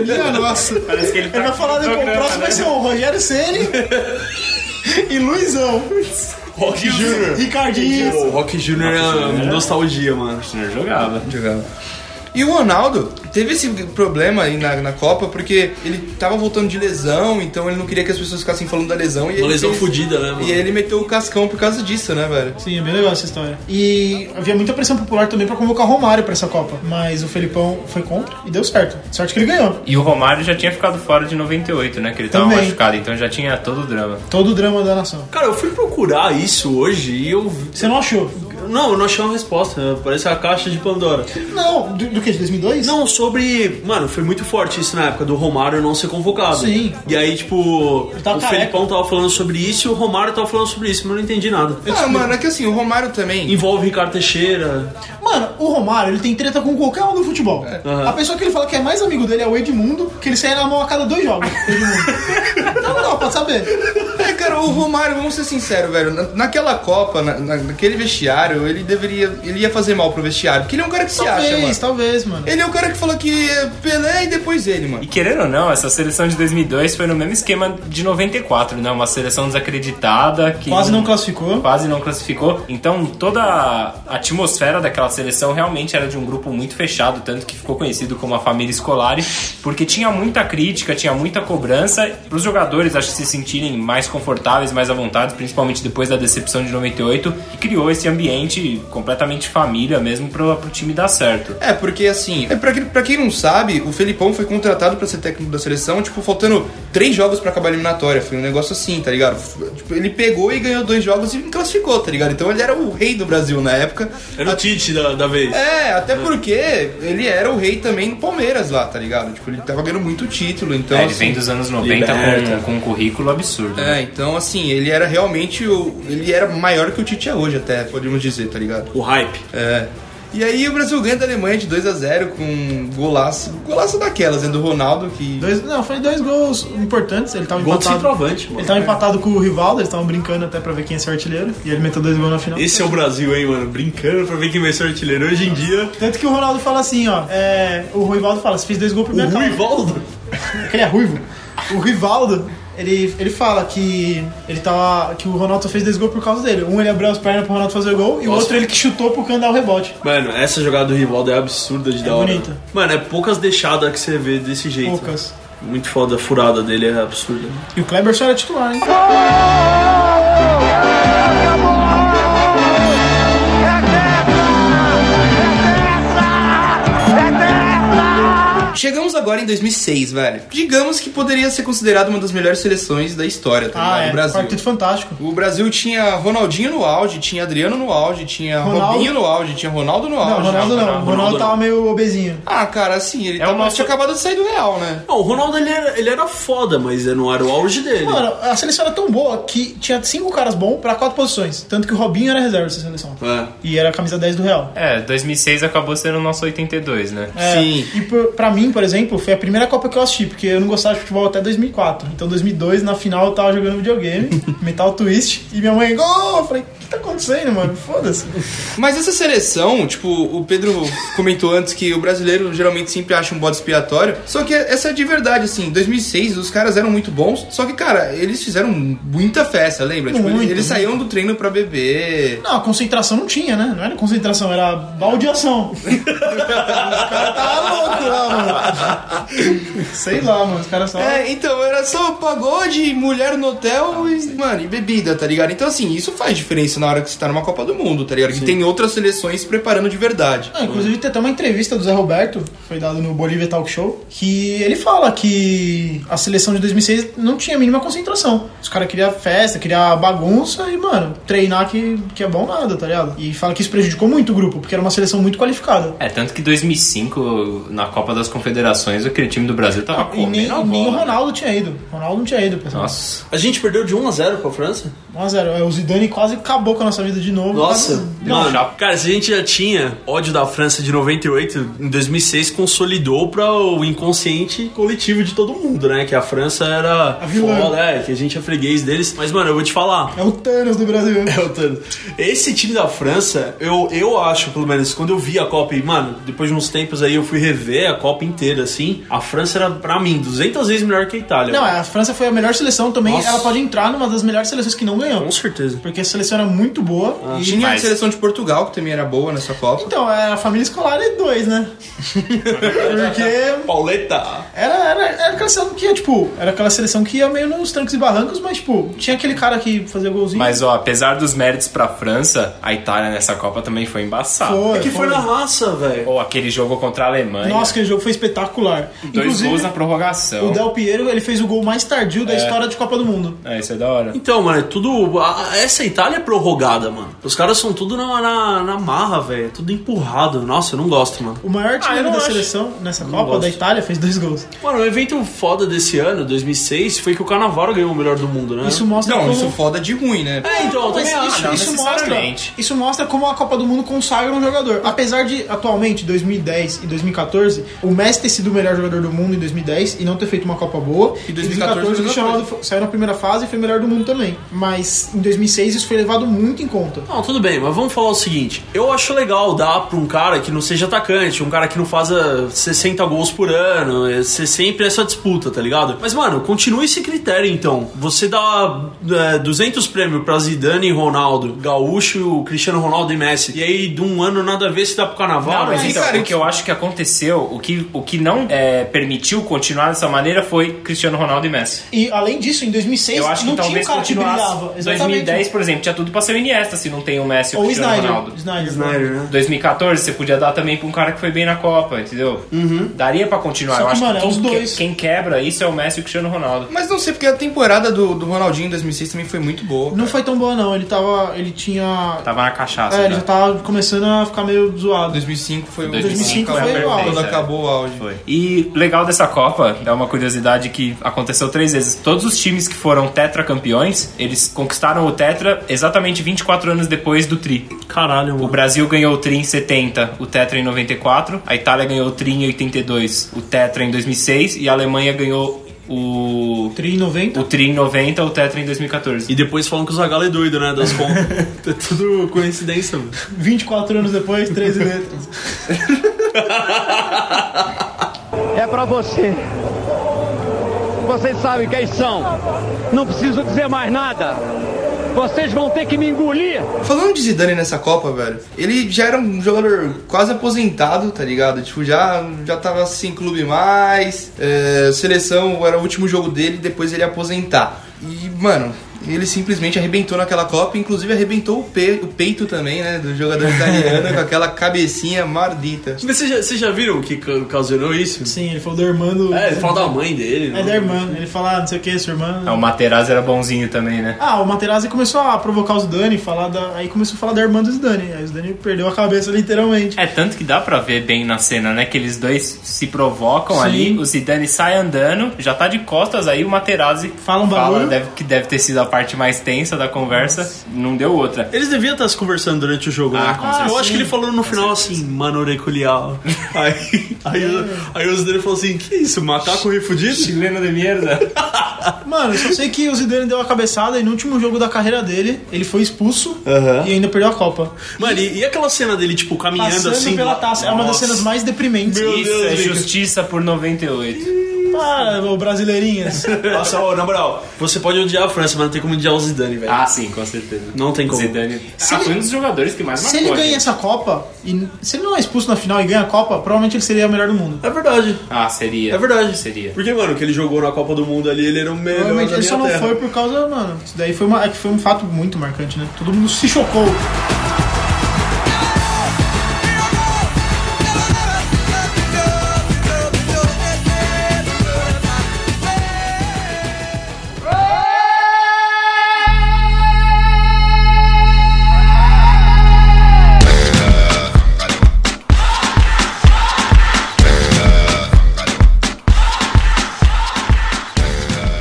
[SPEAKER 4] minha nossa.
[SPEAKER 6] Parece que ele tá
[SPEAKER 4] vai falar
[SPEAKER 6] com
[SPEAKER 4] depois, o
[SPEAKER 6] programa,
[SPEAKER 4] próximo vai
[SPEAKER 6] né?
[SPEAKER 4] ser o Rogério Ceni e Luizão.
[SPEAKER 2] Rock Jr.
[SPEAKER 4] Ricardinho.
[SPEAKER 2] O Rock Jr. é uma nostalgia, mano.
[SPEAKER 6] Jogava.
[SPEAKER 1] Jogava. E o Ronaldo teve esse problema aí na, na Copa porque ele tava voltando de lesão, então ele não queria que as pessoas ficassem falando da lesão. E
[SPEAKER 2] Uma
[SPEAKER 1] ele
[SPEAKER 2] lesão
[SPEAKER 1] fez-
[SPEAKER 2] fodida, né, mano?
[SPEAKER 1] E ele meteu o cascão por causa disso, né, velho?
[SPEAKER 4] Sim, é bem legal essa história. E havia muita pressão popular também pra convocar Romário pra essa Copa. Mas o Felipão foi contra e deu certo. Sorte que ele ganhou.
[SPEAKER 6] E o Romário já tinha ficado fora de 98, né? Que ele tava
[SPEAKER 4] Também.
[SPEAKER 6] machucado, então já tinha todo o drama.
[SPEAKER 4] Todo o drama da nação.
[SPEAKER 2] Cara, eu fui procurar isso hoje e eu. vi-
[SPEAKER 4] Você não achou?
[SPEAKER 2] Não, eu não achei uma resposta. né? Parece a caixa de Pandora.
[SPEAKER 4] Não. Do, do que? De 2002?
[SPEAKER 2] Não, sobre. Mano, foi muito forte isso na época do Romário não ser convocado.
[SPEAKER 4] Sim.
[SPEAKER 2] E aí, tipo,
[SPEAKER 4] tava
[SPEAKER 2] o
[SPEAKER 4] careca.
[SPEAKER 2] Felipão tava falando sobre isso e o Romário tava falando sobre isso, mas eu não entendi nada.
[SPEAKER 1] Ah, mano, é que assim, o Romário também.
[SPEAKER 2] Envolve o Ricardo Teixeira.
[SPEAKER 4] Mano, o Romário, ele tem treta com qualquer um do futebol. A pessoa que ele fala que é mais amigo dele é o Edmundo, que ele sai na mão a cada dois jogos. Edmundo. Então não, pode saber.
[SPEAKER 1] É, cara, o Romário, vamos ser sinceros, velho. na- naquela Copa, na- na- naquele vestiário, ele deveria. Ele ia fazer mal pro vestiário. Porque ele é um cara que se acha,
[SPEAKER 4] Talvez,
[SPEAKER 1] mano.
[SPEAKER 4] talvez, mano.
[SPEAKER 1] Ele é o cara que fala que é Pelé e depois ele, mano.
[SPEAKER 6] E querendo ou não, essa seleção de 2002 foi no mesmo esquema de 94, né? Uma seleção desacreditada que
[SPEAKER 4] Quase não classificou.
[SPEAKER 6] quase não classificou. Então toda a atmosfera daquela seleção realmente era de um grupo muito fechado, tanto que ficou conhecido como a família escolar, porque tinha muita crítica, tinha muita cobrança. Para os jogadores, acho que se sentirem mais confortáveis, mais à vontade, principalmente depois da decepção de 98, que criou esse ambiente completamente família mesmo para o time dar certo.
[SPEAKER 1] É, porque assim, é, pra, que- pra quem não sabe, o Felipão foi contratado pra ser técnico da seleção, tipo, faltando três jogos pra acabar a eliminatória. Foi um negócio assim, tá ligado? F- Tipo, ele pegou e ganhou dois jogos e classificou, tá ligado? Então ele era o rei do Brasil na época.
[SPEAKER 2] Era o Tite da, da vez.
[SPEAKER 1] É, até porque ele era o rei também no Palmeiras lá, tá ligado? Tipo, ele tava ganhando muito título, então.
[SPEAKER 6] É, ele
[SPEAKER 1] assim,
[SPEAKER 6] vem dos anos 90
[SPEAKER 2] liberta.
[SPEAKER 6] com, com um currículo absurdo. né?
[SPEAKER 1] É, então assim, ele era realmente o. Ele era maior que o Tite é hoje, até, podemos dizer, tá ligado?
[SPEAKER 2] O hype.
[SPEAKER 1] É. E aí o Brasil ganha da Alemanha de 2 a 0 com um golaço. Golaço daquelas, né? Do Ronaldo que.
[SPEAKER 4] Dois, não, foi dois gols importantes. Ele tava
[SPEAKER 2] Gol de
[SPEAKER 4] empatado.
[SPEAKER 2] centroavante,
[SPEAKER 4] Ele
[SPEAKER 2] mano.
[SPEAKER 4] tava empatado com o Rivaldo, eles estavam brincando até pra ver quem ia ser artilheiro. E ele meteu dois gols na final.
[SPEAKER 2] Esse é o Brasil, hein, mano? Brincando pra ver quem vai ser o artilheiro hoje em dia.
[SPEAKER 4] Tanto que o Ronaldo fala assim, ó. É, o Rivaldo fala, você fez dois gols
[SPEAKER 2] O
[SPEAKER 4] primeiro. acaba."
[SPEAKER 2] Ruivaldo.
[SPEAKER 4] Porque ele é ruivo. O Rivaldo, ele, ele fala que ele tava. que o Ronaldo só fez dois gols por causa dele. Um ele abriu as pernas pro Ronaldo fazer o gol e o
[SPEAKER 2] Nossa.
[SPEAKER 4] outro ele que chutou pro canto dar o rebote.
[SPEAKER 2] Mano, essa jogada do Rivaldo é absurda de da hora.
[SPEAKER 4] bonita.
[SPEAKER 2] Mano, é poucas deixadas que você vê desse jeito.
[SPEAKER 4] Poucas.
[SPEAKER 2] Muito foda, a furada dele é absurda.
[SPEAKER 4] E o Kleber só era titular, hein?
[SPEAKER 1] Chegamos agora em 2006, velho. Digamos que poderia ser considerado uma das melhores seleções da história, tá
[SPEAKER 4] Ah,
[SPEAKER 1] ligado?
[SPEAKER 4] é.
[SPEAKER 1] O Brasil.
[SPEAKER 4] Quarteto fantástico.
[SPEAKER 1] O Brasil tinha Ronaldinho no auge, tinha Adriano no auge, tinha
[SPEAKER 4] Ronaldo-
[SPEAKER 1] Robinho no auge, tinha Ronaldo no
[SPEAKER 4] Não,
[SPEAKER 1] auge.
[SPEAKER 4] Ronaldo não. O Ronaldo tava meio obesinho.
[SPEAKER 1] Ah, cara, assim, ele
[SPEAKER 6] É o
[SPEAKER 1] tava,
[SPEAKER 6] nosso-
[SPEAKER 1] tinha acabado de sair do Real, né?
[SPEAKER 2] Não, o Ronaldo ele era, ele era foda, mas não era o auge dele.
[SPEAKER 4] Mano, a seleção era tão boa que tinha cinco caras bons pra quatro posições. Tanto que o Robinho era reserva dessa seleção.
[SPEAKER 2] É.
[SPEAKER 4] E era a camisa 10 do Real.
[SPEAKER 6] É, 2006 acabou sendo o nosso 82, né?
[SPEAKER 4] É,
[SPEAKER 1] Sim.
[SPEAKER 4] E por, pra mim, por exemplo, foi a primeira Copa que eu assisti, porque eu não gostava de futebol até 2004. Então, 2002, na final, eu tava jogando videogame, Metal Twist, e minha mãe, gol! Eu falei, o que tá acontecendo, mano? Foda-se.
[SPEAKER 1] Mas essa seleção, tipo, o Pedro comentou antes que o brasileiro geralmente sempre acha um bode expiatório. Só que essa é de verdade, assim. Em 2006, os caras eram muito bons. Só que, cara, eles fizeram muita festa, lembra? Tipo,
[SPEAKER 4] Muito,
[SPEAKER 1] eles,
[SPEAKER 4] muito.
[SPEAKER 1] eles saíam do treino pra beber.
[SPEAKER 4] Não, a concentração não tinha, né? Não era concentração, era baldeação. os caras tava louco lá, mano. Sei lá, mano, os caras só...
[SPEAKER 1] É, então, era só pagode, mulher no hotel e, mano, e bebida, tá ligado? Então, assim, isso faz diferença na hora que você tá numa Copa do Mundo, tá ligado? Que tem outras seleções se preparando de verdade.
[SPEAKER 4] Ah, inclusive tem até uma entrevista do Zé Roberto, foi dado no Bolívia Talk Show, que ele fala que a seleção de 2006 não tinha a mínima concentração. Os caras queriam festa, queriam bagunça e, mano, treinar que, que é bom nada, tá ligado? E fala que isso prejudicou muito o grupo, porque era uma seleção muito qualificada.
[SPEAKER 6] É, tanto que 2005, na Copa das Confederações, aquele time do Brasil tava
[SPEAKER 4] E
[SPEAKER 6] Tá comendo
[SPEAKER 4] nem,
[SPEAKER 6] a
[SPEAKER 4] nem o
[SPEAKER 6] bola. né?
[SPEAKER 4] Ronaldo tinha ido. O Ronaldo não tinha ido, pessoal.
[SPEAKER 6] Nossa.
[SPEAKER 2] A gente perdeu de 1 a 0 pra França?
[SPEAKER 4] 1x0. O Zidane quase acabou com a nossa vida de novo. Quase- Não,
[SPEAKER 2] mano. Cara, se a gente já tinha ódio da França de 98, em 2006 consolidou pra o inconsciente coletivo de todo mundo, né? Que a França era
[SPEAKER 4] A vilã.
[SPEAKER 2] foda, é, que a gente é freguês deles. Mas, mano, eu vou te falar.
[SPEAKER 4] É o Thanos do Brasil.
[SPEAKER 2] É, o Tano. Esse time da França, eu, eu acho, pelo menos, quando eu vi a Copa, e, mano, depois de uns tempos aí eu fui rever a Copa inteira, assim, a França era, pra mim, 200 vezes melhor que a Itália.
[SPEAKER 4] é Não, a França foi a melhor seleção também.
[SPEAKER 2] Nossa.
[SPEAKER 4] Ela pode entrar numa das melhores seleções que não ganhou.
[SPEAKER 2] Com certeza.
[SPEAKER 4] Porque a seleção era muito boa. e-
[SPEAKER 1] Tinha
[SPEAKER 6] Mas-
[SPEAKER 1] a seleção de Portugal, que também era boa nessa Copa.
[SPEAKER 4] Então, era a família escolar e dois, né? Porque
[SPEAKER 2] Pauleta!
[SPEAKER 4] era, era, era aquela seleção que ia, tipo, era aquela seleção que ia meio nos trancos e barrancos, mas, tipo, tinha aquele cara que fazia golzinho.
[SPEAKER 6] Mas, ó, apesar dos méritos pra França, a Itália nessa Copa também foi embaçada.
[SPEAKER 4] Foi,
[SPEAKER 2] É que foi na raça, velho.
[SPEAKER 6] Ou aquele jogo contra a Alemanha.
[SPEAKER 4] Nossa, aquele jogo foi espetacular.
[SPEAKER 6] dois gols na É. prorrogação.
[SPEAKER 4] o Del Piero, ele fez o gol mais tardio da história de Copa do Mundo.
[SPEAKER 6] É, isso é da hora.
[SPEAKER 2] Então, mano, é tudo. a- a- essa Itália é prorrogada, mano. Os caras são tudo na, na, na marra, velho. É Tudo empurrado. Nossa, eu não gosto, mano.
[SPEAKER 4] O maior time
[SPEAKER 2] Ah, eu
[SPEAKER 4] da
[SPEAKER 2] não acho.
[SPEAKER 4] seleção nessa Copa,
[SPEAKER 2] gosto.
[SPEAKER 4] da Itália, fez dois gols.
[SPEAKER 2] Mano, o evento foda desse ano, 2006, foi que o Carnaval ganhou o melhor do mundo, né?
[SPEAKER 4] Isso mostra
[SPEAKER 1] Não,
[SPEAKER 4] como...
[SPEAKER 1] isso foda de ruim, né?
[SPEAKER 2] É, então, eu
[SPEAKER 4] Mas
[SPEAKER 2] também
[SPEAKER 4] isso,
[SPEAKER 2] acho.
[SPEAKER 4] isso mostra,
[SPEAKER 6] necessariamente.
[SPEAKER 4] isso mostra como a Copa do Mundo consagra um jogador. Apesar de, atualmente, 2010 e 2014, o Messi ter sido o melhor jogador do mundo em 2010 e não ter feito uma Copa boa.
[SPEAKER 1] E 2014
[SPEAKER 4] o
[SPEAKER 1] mesma
[SPEAKER 4] Cristiano Ronaldo saiu na primeira fase e foi melhor do mundo também. Mas em 2006 isso foi levado muito em conta.
[SPEAKER 2] Não, tudo bem, mas vamos falar o seguinte. Eu acho legal dar pra um cara que não seja atacante, um cara que não faça 60 gols por ano, é, ser sempre essa disputa, tá ligado? Mas, mano, continue esse critério, então. Você dá é, 200 prêmios pra Zidane e Ronaldo, Gaúcho, Cristiano Ronaldo e Messi, e aí de um ano nada a ver se dá pro Carnaval,
[SPEAKER 6] Não, mas
[SPEAKER 1] mas,
[SPEAKER 6] então,
[SPEAKER 1] cara,
[SPEAKER 6] o que eu acho que aconteceu, o que, o que não é, permitiu continuar dessa maneira foi Cristiano Ronaldo e Messi.
[SPEAKER 4] E além disso, em 2006
[SPEAKER 6] Eu acho que
[SPEAKER 4] não tinha um
[SPEAKER 6] talvez
[SPEAKER 4] cara que brilhava.
[SPEAKER 6] continuasse.
[SPEAKER 4] Exatamente.
[SPEAKER 6] 2010, por exemplo, tinha tudo pra ser o Iniesta se não tem o Messi ou
[SPEAKER 4] Ou
[SPEAKER 6] o
[SPEAKER 4] o
[SPEAKER 6] Cristiano
[SPEAKER 4] Snyder.
[SPEAKER 6] Ronaldo.
[SPEAKER 4] Snyder.
[SPEAKER 2] Snyder, né?
[SPEAKER 6] 2014 você podia dar também pra um cara que foi bem na Copa, entendeu? Daria pra continuar.
[SPEAKER 4] Só
[SPEAKER 6] eu
[SPEAKER 4] que,
[SPEAKER 6] acho
[SPEAKER 4] Uhum. mano, é
[SPEAKER 6] que
[SPEAKER 4] os
[SPEAKER 6] quem,
[SPEAKER 4] dois.
[SPEAKER 6] quem quebra isso é o Messi e o Cristiano Ronaldo.
[SPEAKER 1] Mas não sei, porque a temporada do, do Ronaldinho em 2006 também foi muito boa.
[SPEAKER 4] Não foi tão boa, não. Ele tava. Ele tinha.
[SPEAKER 6] Tava na cachaça.
[SPEAKER 4] é,
[SPEAKER 6] né?
[SPEAKER 4] ele já tava começando a ficar meio zoado.
[SPEAKER 1] 2005 foi um o
[SPEAKER 6] 2005
[SPEAKER 1] quando
[SPEAKER 4] foi
[SPEAKER 1] acabou-
[SPEAKER 4] o auge,
[SPEAKER 1] quando
[SPEAKER 6] é.
[SPEAKER 1] acabou o auge.
[SPEAKER 6] Foi. E legal dessa Copa, é uma curiosidade que aconteceu três vezes. Todos os times que foram tetracampeões, eles conquistaram o tetra exatamente 24 anos depois do tri.
[SPEAKER 2] Caralho,
[SPEAKER 6] é- O
[SPEAKER 2] mano.
[SPEAKER 6] Brasil ganhou o tri em 70, o tetra em 94, a Itália ganhou o tri em 82, o tetra em 2006 e a Alemanha ganhou o
[SPEAKER 4] Tri em 90.
[SPEAKER 6] o tri em 90, o tetra em 2014.
[SPEAKER 2] E depois falam que o Zagallo é doido, né, das contas. é tudo coincidência, mano.
[SPEAKER 4] 24 anos depois, 13 letras.
[SPEAKER 7] É pra você. Vocês sabem quem são. Não preciso dizer mais nada. Vocês vão ter que me engolir.
[SPEAKER 1] Falando de Zidane nessa Copa, velho, ele já era um jogador quase aposentado, tá ligado? Tipo, já, já tava sem clube mais, é, seleção era o último jogo dele, depois ele ia aposentar. E, mano, ele simplesmente arrebentou naquela Copa, inclusive arrebentou o, pe- o peito também, né, do jogador italiano, com aquela cabecinha mardita.
[SPEAKER 2] Mas Vocês já, vocês já viram o que ca- ocasionou isso?
[SPEAKER 4] Sim, ele falou do irmão do.
[SPEAKER 2] É, ele fala da mãe dele.
[SPEAKER 4] É
[SPEAKER 2] né?
[SPEAKER 4] da irmã. Ele fala, ah, não sei o que, sua irmã.
[SPEAKER 2] É
[SPEAKER 6] Ah, o Materazzi era bonzinho também, né?
[SPEAKER 4] Ah, o Materazzi começou a provocar os Dani, falar da... aí começou a falar da irmã do Zidane. Aí o Zidane perdeu a cabeça, literalmente.
[SPEAKER 6] É, tanto que dá pra ver bem na cena, né? Que eles dois se provocam ali, o Zidane sai andando, já tá de costas, aí o Materazzi
[SPEAKER 4] Fala um bagulho.
[SPEAKER 2] né?
[SPEAKER 6] deve- que deve ter sido a parte mais tensa da conversa, não deu outra.
[SPEAKER 2] Eles deviam estar se conversando durante o jogo,
[SPEAKER 6] Ah,
[SPEAKER 2] né?
[SPEAKER 6] com certeza.
[SPEAKER 2] Eu acho que ele falou no final assim, mano reculial. Aí, aí, o- aí o Zidane falou assim, que isso, macaco refudido?
[SPEAKER 6] Chileno de merda.
[SPEAKER 4] Mano, eu só sei que o Zidane deu a cabeçada e no último jogo da carreira dele, ele foi expulso
[SPEAKER 2] Aham.
[SPEAKER 4] e ainda perdeu a Copa.
[SPEAKER 2] Mano, e, e aquela cena dele, tipo, caminhando
[SPEAKER 4] Passando
[SPEAKER 2] assim...
[SPEAKER 4] pela taça. É uma das
[SPEAKER 2] Nossa.
[SPEAKER 4] cenas mais deprimentes.
[SPEAKER 6] Isso, é justiça por 98.
[SPEAKER 4] Ah, ô brasileirinhas.
[SPEAKER 2] Nossa, ó, na moral, você pode odiar a França, mas não tem como odiar o Zidane, velho.
[SPEAKER 6] Ah, sim, com certeza.
[SPEAKER 2] Não tem como.
[SPEAKER 6] Zidane. Ah,
[SPEAKER 4] ele-
[SPEAKER 6] foi um dos jogadores que mais
[SPEAKER 4] se
[SPEAKER 6] marcou, né?
[SPEAKER 4] ele ganha
[SPEAKER 6] gente.
[SPEAKER 4] essa Copa, e se ele não é expulso na final e ganha a Copa, provavelmente ele seria o melhor do mundo.
[SPEAKER 2] É verdade,
[SPEAKER 6] Ah, seria.
[SPEAKER 2] é verdade.
[SPEAKER 6] Seria.
[SPEAKER 2] Porque, mano, que ele jogou na Copa do Mundo ali, ele era o melhor
[SPEAKER 4] Provavelmente
[SPEAKER 2] da
[SPEAKER 4] ele só
[SPEAKER 2] minha
[SPEAKER 4] não
[SPEAKER 2] terra.
[SPEAKER 4] foi por causa, mano. Isso daí foi, uma, é que foi um fato muito marcante, né? Todo mundo se chocou.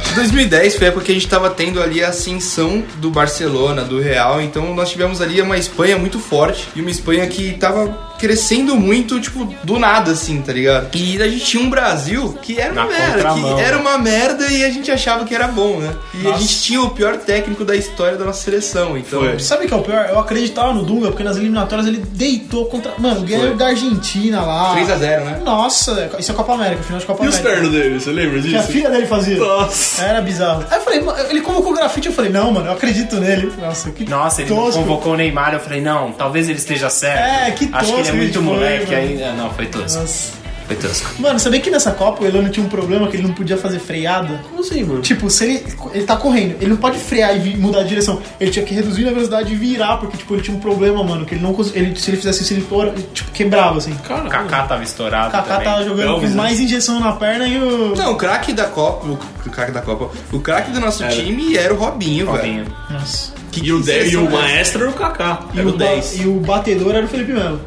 [SPEAKER 1] De 2010 foi a época que a gente tava tendo ali a ascensão do Barcelona, do Real, então nós tivemos ali uma Espanha muito forte e uma Espanha que tava crescendo muito, tipo, do nada, assim, tá ligado? E a gente tinha um Brasil que era uma
[SPEAKER 6] Na
[SPEAKER 1] merda,
[SPEAKER 6] contramão,
[SPEAKER 1] que
[SPEAKER 6] né?
[SPEAKER 1] era uma merda e a gente achava que era bom, né? E a gente tinha o pior técnico da história da nossa seleção, então.
[SPEAKER 4] Sabe o que é o pior? Eu acreditava no Dunga, porque nas eliminatórias ele deitou contra. Mano, ganhou
[SPEAKER 1] Foi.
[SPEAKER 4] da Argentina lá.
[SPEAKER 1] 3x0, né?
[SPEAKER 4] Nossa, isso é Copa América, final de Copa
[SPEAKER 2] E os
[SPEAKER 4] América.
[SPEAKER 2] ternos dele, você lembra
[SPEAKER 4] Que a
[SPEAKER 2] disso?
[SPEAKER 4] filha dele fazia.
[SPEAKER 2] Nossa.
[SPEAKER 4] Era bizarro. Aí eu falei, mano, ele convocou o grafite, eu falei, não, mano, eu acredito nele. Nossa, que
[SPEAKER 6] Nossa, ele
[SPEAKER 4] tosco.
[SPEAKER 6] convocou o Neymar, eu falei, não, talvez ele esteja certo.
[SPEAKER 4] É, que
[SPEAKER 6] Acho que ele é
[SPEAKER 4] tosco
[SPEAKER 6] muito
[SPEAKER 4] ele foi,
[SPEAKER 6] moleque
[SPEAKER 4] mano.
[SPEAKER 6] ainda. Não, foi tosco.
[SPEAKER 4] Nossa.
[SPEAKER 6] Foi tosco.
[SPEAKER 4] Mano, sabia que nessa Copa o Elano tinha um problema que ele não podia fazer freada?
[SPEAKER 2] Como assim, mano?
[SPEAKER 4] Tipo, se ele, ele tá correndo, ele não pode frear e vi- mudar de direção. Ele tinha que reduzir na velocidade e virar, porque, tipo, ele tinha um problema, mano, que ele não cons- ele Se ele fizesse isso, ele, tora- ele, tipo, quebrava, assim.
[SPEAKER 6] O Kaká tava estourado
[SPEAKER 4] O Kaká
[SPEAKER 6] também.
[SPEAKER 4] tava jogando com mais injeção na perna e o...
[SPEAKER 1] Não, o craque da Copa. O cr- craque da Copa. O craque do nosso time era o Robinho, velho.
[SPEAKER 6] Robinho.
[SPEAKER 4] Nossa.
[SPEAKER 1] Que-
[SPEAKER 2] E o,
[SPEAKER 1] que
[SPEAKER 2] de... e
[SPEAKER 1] seleção
[SPEAKER 2] o
[SPEAKER 1] era essa?
[SPEAKER 2] maestro era o Kaká.
[SPEAKER 4] E
[SPEAKER 2] era
[SPEAKER 4] o,
[SPEAKER 2] o
[SPEAKER 4] ba-
[SPEAKER 2] 10.
[SPEAKER 4] e o batedor era o Felipe Melo.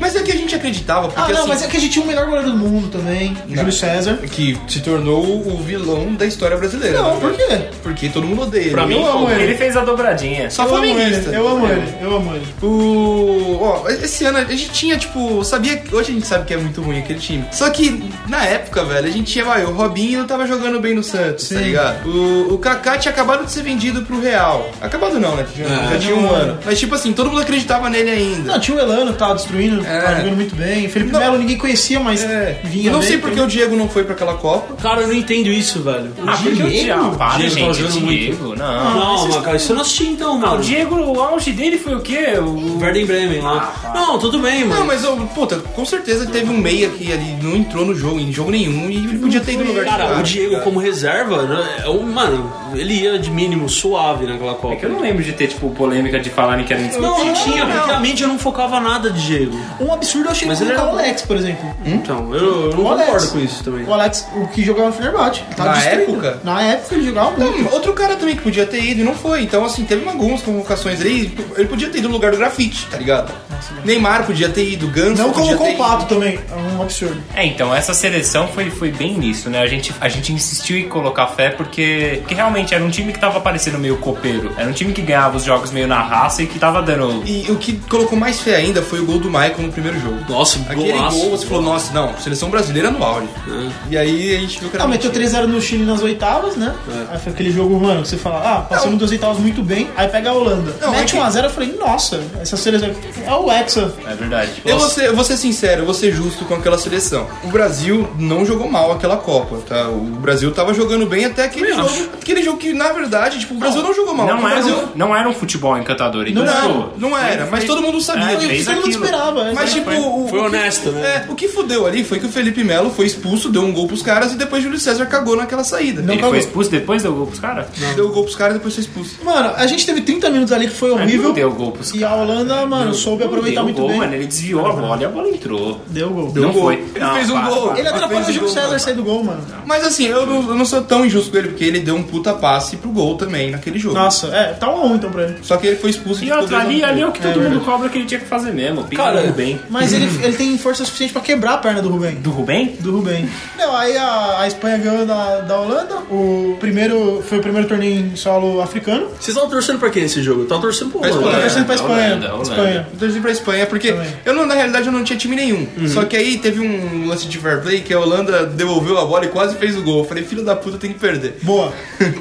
[SPEAKER 1] Mas é que a gente acreditava, porque
[SPEAKER 4] Ah, não,
[SPEAKER 1] assim.
[SPEAKER 4] mas é que a gente tinha o melhor goleiro do mundo também, Júlio César.
[SPEAKER 1] Que se tornou o vilão da história brasileira.
[SPEAKER 4] Não,
[SPEAKER 1] né,
[SPEAKER 4] por
[SPEAKER 1] velho?
[SPEAKER 4] quê?
[SPEAKER 1] Porque todo mundo odeia.
[SPEAKER 6] Pra
[SPEAKER 1] ele.
[SPEAKER 6] mim,
[SPEAKER 4] amo ele.
[SPEAKER 6] ele fez a dobradinha.
[SPEAKER 1] Só
[SPEAKER 4] eu amo
[SPEAKER 1] flamenguista.
[SPEAKER 4] ele, eu amo ele, eu amo ele.
[SPEAKER 1] O. Ó, esse ano a gente tinha, tipo, sabia. que- Hoje a gente sabe que é muito ruim aquele time. Só que na época, velho, a gente tinha, vai, o Robinho tava jogando bem no Santos, tá
[SPEAKER 4] Sim.
[SPEAKER 1] ligado? O, o Kaká tinha acabado de ser vendido pro Real. Acabado não, né? Já,
[SPEAKER 6] É.
[SPEAKER 1] já tinha um
[SPEAKER 4] Não,
[SPEAKER 1] ano.
[SPEAKER 4] mano.
[SPEAKER 1] Mas, tipo assim, todo mundo acreditava nele ainda.
[SPEAKER 4] Não, tinha o Elano, tava destruindo,
[SPEAKER 1] É.
[SPEAKER 4] tava jogando muito bem. Felipe
[SPEAKER 1] Não.
[SPEAKER 4] Melo ninguém conhecia, mas
[SPEAKER 1] É.
[SPEAKER 4] vinha
[SPEAKER 1] Eu não
[SPEAKER 4] bem,
[SPEAKER 1] sei porque
[SPEAKER 4] então-
[SPEAKER 1] o Diego não foi pra aquela Copa.
[SPEAKER 2] Cara, eu não entendo isso, velho.
[SPEAKER 6] Ah, porque o Diego, para,
[SPEAKER 2] Diego tava
[SPEAKER 4] tá
[SPEAKER 6] gente, o
[SPEAKER 2] jogando
[SPEAKER 6] Diego,
[SPEAKER 4] Ah,
[SPEAKER 6] não.
[SPEAKER 2] tá não, mas cara, isso eu não assisti então,
[SPEAKER 6] Ah, o
[SPEAKER 2] mano.
[SPEAKER 6] Diego, o auge dele foi o quê? O...
[SPEAKER 2] Werder Bremen
[SPEAKER 4] Ah,
[SPEAKER 2] lá.
[SPEAKER 4] tá.
[SPEAKER 2] Não, tudo bem, mano.
[SPEAKER 1] Não, mas, ô, puta, com certeza teve um meia que ali não entrou no jogo, em jogo nenhum, e ele podia ter ido no lugar
[SPEAKER 2] Cara,
[SPEAKER 1] de
[SPEAKER 2] o Diego
[SPEAKER 1] cara.
[SPEAKER 2] como reserva, né, é um- mano, ele ia de mínimo suave naquela Copa.
[SPEAKER 6] É que eu não lembro de ter, tipo, polêmica de falarem que era um indiscutível.
[SPEAKER 2] Não, não tinha, porque a mídia não focava nada de Diego.
[SPEAKER 4] Um absurdo eu achei
[SPEAKER 2] Mas
[SPEAKER 4] que
[SPEAKER 2] ele
[SPEAKER 4] colocar
[SPEAKER 2] era
[SPEAKER 4] o Alex, por exemplo.
[SPEAKER 2] Então, eu, eu não
[SPEAKER 4] O Alex.
[SPEAKER 2] concordo com isso também.
[SPEAKER 4] O Alex, o que jogava no Fenerbahçe. Tava
[SPEAKER 1] Na
[SPEAKER 4] destruindo.
[SPEAKER 1] época?
[SPEAKER 4] Na época ele jogava muito.
[SPEAKER 1] Não, outro cara também que podia ter ido e não foi. Então, assim, teve algumas convocações aí. Ele podia ter ido no lugar do grafite, tá ligado? Neymar podia ter ido, Ganso
[SPEAKER 4] Não
[SPEAKER 1] podia
[SPEAKER 4] colocou
[SPEAKER 1] ter
[SPEAKER 4] o pato também, é um absurdo.
[SPEAKER 6] É, então, essa seleção foi, foi bem nisso, né? A gente, a gente insistiu em colocar fé porque, porque realmente era um time que tava parecendo meio copeiro. Era um time que ganhava os jogos meio na raça e que tava dando.
[SPEAKER 1] ido. E o que colocou mais fé ainda foi o gol do Michael no primeiro jogo.
[SPEAKER 2] Nossa,
[SPEAKER 1] Aquele
[SPEAKER 2] golaço. É.
[SPEAKER 1] gol, você falou, nossa, não, seleção brasileira no auge. E aí a gente viu que era
[SPEAKER 4] Ah, meteu
[SPEAKER 1] mentira.
[SPEAKER 4] 3-0 no Chile nas oitavas, né? Aí foi aquele jogo, mano, que você fala, ah, passamos das oitavas muito bem, aí pega a Holanda.
[SPEAKER 1] Não,
[SPEAKER 4] Mete
[SPEAKER 1] é que-
[SPEAKER 4] 1x0, eu falei, nossa, essa seleção é o Hexa.
[SPEAKER 6] É verdade.
[SPEAKER 1] Eu vou, ser, eu vou ser sincero, eu vou ser justo com aquela seleção. O Brasil não jogou mal aquela Copa, tá? O Brasil tava jogando bem até aquele
[SPEAKER 2] Também
[SPEAKER 1] jogo. Aquele jogo que, na verdade, tipo, o Brasil não, jogou mal. o
[SPEAKER 6] Não era,
[SPEAKER 1] Brasil...
[SPEAKER 6] um, não era um futebol encantador, então.
[SPEAKER 1] Não, não, não era, mas todo mundo sabia.
[SPEAKER 6] É, fez
[SPEAKER 4] Todo mundo
[SPEAKER 6] aquilo.
[SPEAKER 4] esperava. né?
[SPEAKER 1] Mas, tipo, o,
[SPEAKER 2] Foi
[SPEAKER 1] o que-
[SPEAKER 2] honesto, né?
[SPEAKER 1] É, o que fudeu ali foi que o Felipe Melo foi expulso, deu um gol pros caras e depois Júlio César cagou naquela saída.
[SPEAKER 6] Ele
[SPEAKER 1] Ele
[SPEAKER 6] foi expulso depois do gol pros caras?
[SPEAKER 1] Deu o gol pros caras e depois foi expulso.
[SPEAKER 4] Mano, a gente teve 30 minutos ali que foi horrível.
[SPEAKER 6] não deu gol pros
[SPEAKER 4] E a Holanda, mano, soube aproveitar
[SPEAKER 6] Deu
[SPEAKER 4] muito
[SPEAKER 6] gol,
[SPEAKER 4] bem.
[SPEAKER 6] mano. Ele desviou a bola e a bola entrou.
[SPEAKER 4] Deu gol.
[SPEAKER 1] Deu
[SPEAKER 6] Não
[SPEAKER 1] um gol.
[SPEAKER 6] foi.
[SPEAKER 1] Ele
[SPEAKER 6] Não,
[SPEAKER 1] fez um
[SPEAKER 6] para,
[SPEAKER 1] gol.
[SPEAKER 4] Ele atrapalhou
[SPEAKER 1] Fez
[SPEAKER 4] o
[SPEAKER 1] um
[SPEAKER 4] Júlio
[SPEAKER 1] gol,
[SPEAKER 4] César
[SPEAKER 1] mano.
[SPEAKER 4] sair do gol, mano.
[SPEAKER 1] Mas assim, eu não, eu não sou tão injusto com ele, porque ele deu um puta passe pro gol também naquele jogo.
[SPEAKER 4] Nossa, é, tá um a um então pra ele.
[SPEAKER 1] Só que ele foi expulso
[SPEAKER 6] E
[SPEAKER 1] ficou
[SPEAKER 6] outra, ali,
[SPEAKER 1] dois a um.
[SPEAKER 6] ali é o que todo mundo cobra que ele tinha que fazer mesmo. Pica
[SPEAKER 2] Cara,
[SPEAKER 6] do Rubem.
[SPEAKER 4] Mas ele, ele tem força suficiente pra quebrar a perna do Rubem.
[SPEAKER 6] Do Rubem?
[SPEAKER 4] Do Rubem. Não, aí a, a Espanha ganhou da, da Holanda. O primeiro, foi o primeiro torneio em solo africano.
[SPEAKER 2] Vocês estavam torcendo pra quem esse jogo? Eu tava torcendo pro
[SPEAKER 1] Mas,
[SPEAKER 4] Eu tô
[SPEAKER 6] É,
[SPEAKER 1] Holanda,
[SPEAKER 2] Holanda.
[SPEAKER 4] torcendo pra Espanha.
[SPEAKER 6] Holanda, Holanda.
[SPEAKER 4] Espanha.
[SPEAKER 1] Então Eu torci pra Espanha, porque
[SPEAKER 4] Também.
[SPEAKER 1] eu não, na realidade eu não tinha time nenhum.
[SPEAKER 6] Uhum.
[SPEAKER 1] Só que aí teve um lance de fair play que a Holanda devolveu a bola e quase fez o gol. Eu falei, filho da puta, tem que perder.
[SPEAKER 4] Boa.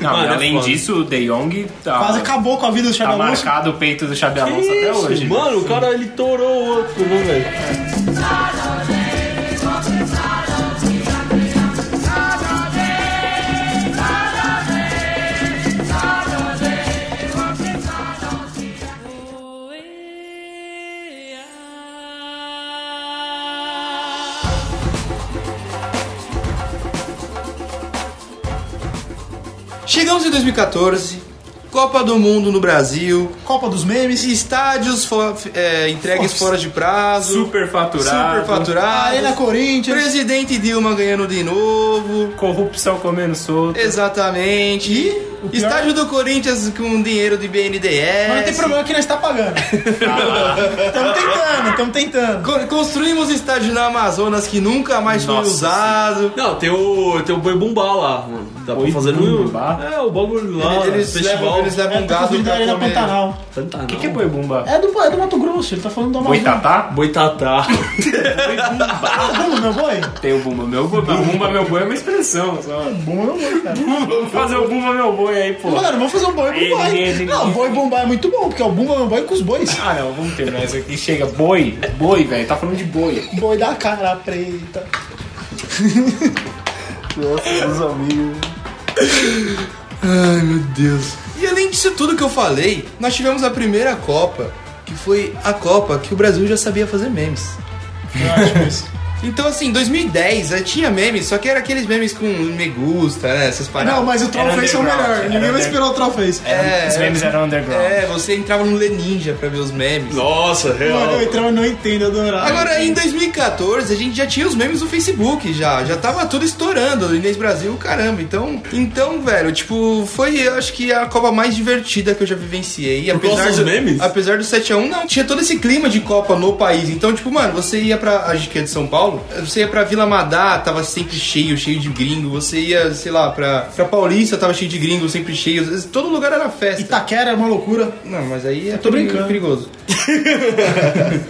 [SPEAKER 6] Não,
[SPEAKER 2] Mano,
[SPEAKER 6] e
[SPEAKER 2] é
[SPEAKER 6] além
[SPEAKER 2] foda.
[SPEAKER 6] disso, o De Jong tá,
[SPEAKER 4] Quase acabou com a vida do
[SPEAKER 6] tá
[SPEAKER 4] Xabi Alonso.
[SPEAKER 6] marcado o peito do Xabi Alonso é, até
[SPEAKER 2] Isso,
[SPEAKER 6] hoje. né?
[SPEAKER 2] Mano, o cara ele torou o outro, né, velho?
[SPEAKER 1] Chegamos em 2014, Copa do Mundo no Brasil,
[SPEAKER 4] Copa dos Memes.
[SPEAKER 1] estádios fo- é, entregues
[SPEAKER 4] Nossa.
[SPEAKER 1] fora de prazo,
[SPEAKER 6] Super faturado.
[SPEAKER 1] super faturados,
[SPEAKER 4] Arena Corinthians.
[SPEAKER 1] presidente Dilma ganhando de novo,
[SPEAKER 6] Corrupção comendo solto.
[SPEAKER 1] exatamente,
[SPEAKER 4] o pior-
[SPEAKER 1] estádio do Corinthians com dinheiro de BNDES,
[SPEAKER 4] Mas não
[SPEAKER 6] É,
[SPEAKER 4] tem problema que nós tá pagando. Estamos tentando, estamos tentando.
[SPEAKER 1] Co- construímos estádio na Amazonas que nunca mais
[SPEAKER 6] Nossa
[SPEAKER 1] foi usado,
[SPEAKER 2] Não, tem o, tem o Boi Bumbá lá, mano. Dá pra fazer no.
[SPEAKER 6] Bumbá?
[SPEAKER 2] É, o bagulho lá.
[SPEAKER 1] Eles
[SPEAKER 2] festival
[SPEAKER 1] levam, eles levam
[SPEAKER 4] É,
[SPEAKER 1] um
[SPEAKER 4] tá
[SPEAKER 1] gado
[SPEAKER 4] fazendo
[SPEAKER 1] pra
[SPEAKER 4] Arena
[SPEAKER 1] comer.
[SPEAKER 4] Pantanal.
[SPEAKER 2] Pantanal.
[SPEAKER 8] O que, que é boibumba?
[SPEAKER 4] É do, é do Mato Grosso, ele tá falando do Amazonas.
[SPEAKER 6] Boitatá?
[SPEAKER 2] Boitatá.
[SPEAKER 4] Ah, bom, meu boi?
[SPEAKER 6] Tem o Bumba Meu Boi. mas Bumba Meu Boi é uma expressão. Só.
[SPEAKER 4] Bom, meu boi, cara.
[SPEAKER 6] Vamos fazer o Bumba Meu Boi aí, pô.
[SPEAKER 4] Galera, vamos fazer um boi
[SPEAKER 6] Ele-
[SPEAKER 4] bumbai.
[SPEAKER 6] ele-
[SPEAKER 4] Não, boi bumbai é muito bom, porque é o bumba meu boi com os bois.
[SPEAKER 6] Ah, não, vamos terminar isso aqui. Chega, boi. Boi, velho. Tá falando de boi.
[SPEAKER 4] Boi da cara preta.
[SPEAKER 1] Ai, meu Deus. E além disso tudo que eu falei, nós tivemos a primeira Copa, que foi a Copa que o Brasil já sabia fazer memes.
[SPEAKER 4] é
[SPEAKER 1] Então, assim, 2010, aí tinha memes, só que era aqueles memes com me gusta, né? Essas paradas.
[SPEAKER 4] Não, mas o
[SPEAKER 6] Era
[SPEAKER 4] Trollface é o
[SPEAKER 6] underground,
[SPEAKER 4] melhor.
[SPEAKER 6] era
[SPEAKER 4] Ninguém vai
[SPEAKER 6] underground.
[SPEAKER 4] esperar o Trollface.
[SPEAKER 1] É,
[SPEAKER 6] Os memes eram underground.
[SPEAKER 1] É, você entrava no Leninja pra ver os memes.
[SPEAKER 2] Nossa,
[SPEAKER 4] Mano,
[SPEAKER 2] real.
[SPEAKER 4] eu entrava e não entendo, eu adorava.
[SPEAKER 2] né?
[SPEAKER 1] Agora, em 2014, a gente já tinha os memes do Facebook, já. Já tava tudo estourando, o Inês Brasil, caramba. Então, então velho, tipo, foi, eu acho que a Copa mais divertida que eu já vivenciei.
[SPEAKER 2] Por causa dos
[SPEAKER 1] do,
[SPEAKER 2] memes?
[SPEAKER 1] Apesar do 7x1, não. Tinha todo esse clima de Copa no país. Então, tipo, mano, você ia pra... A gente que é de São Paulo. Você ia pra Vila Madá, tava sempre cheio, cheio de gringo. Você ia, sei lá, pra, pra Paulista, tava cheio de gringo, sempre cheio. Todo lugar era festa.
[SPEAKER 4] Itaquera é uma loucura.
[SPEAKER 1] Não, mas aí é
[SPEAKER 4] tô
[SPEAKER 1] perigo-
[SPEAKER 4] brincando.
[SPEAKER 1] perigoso.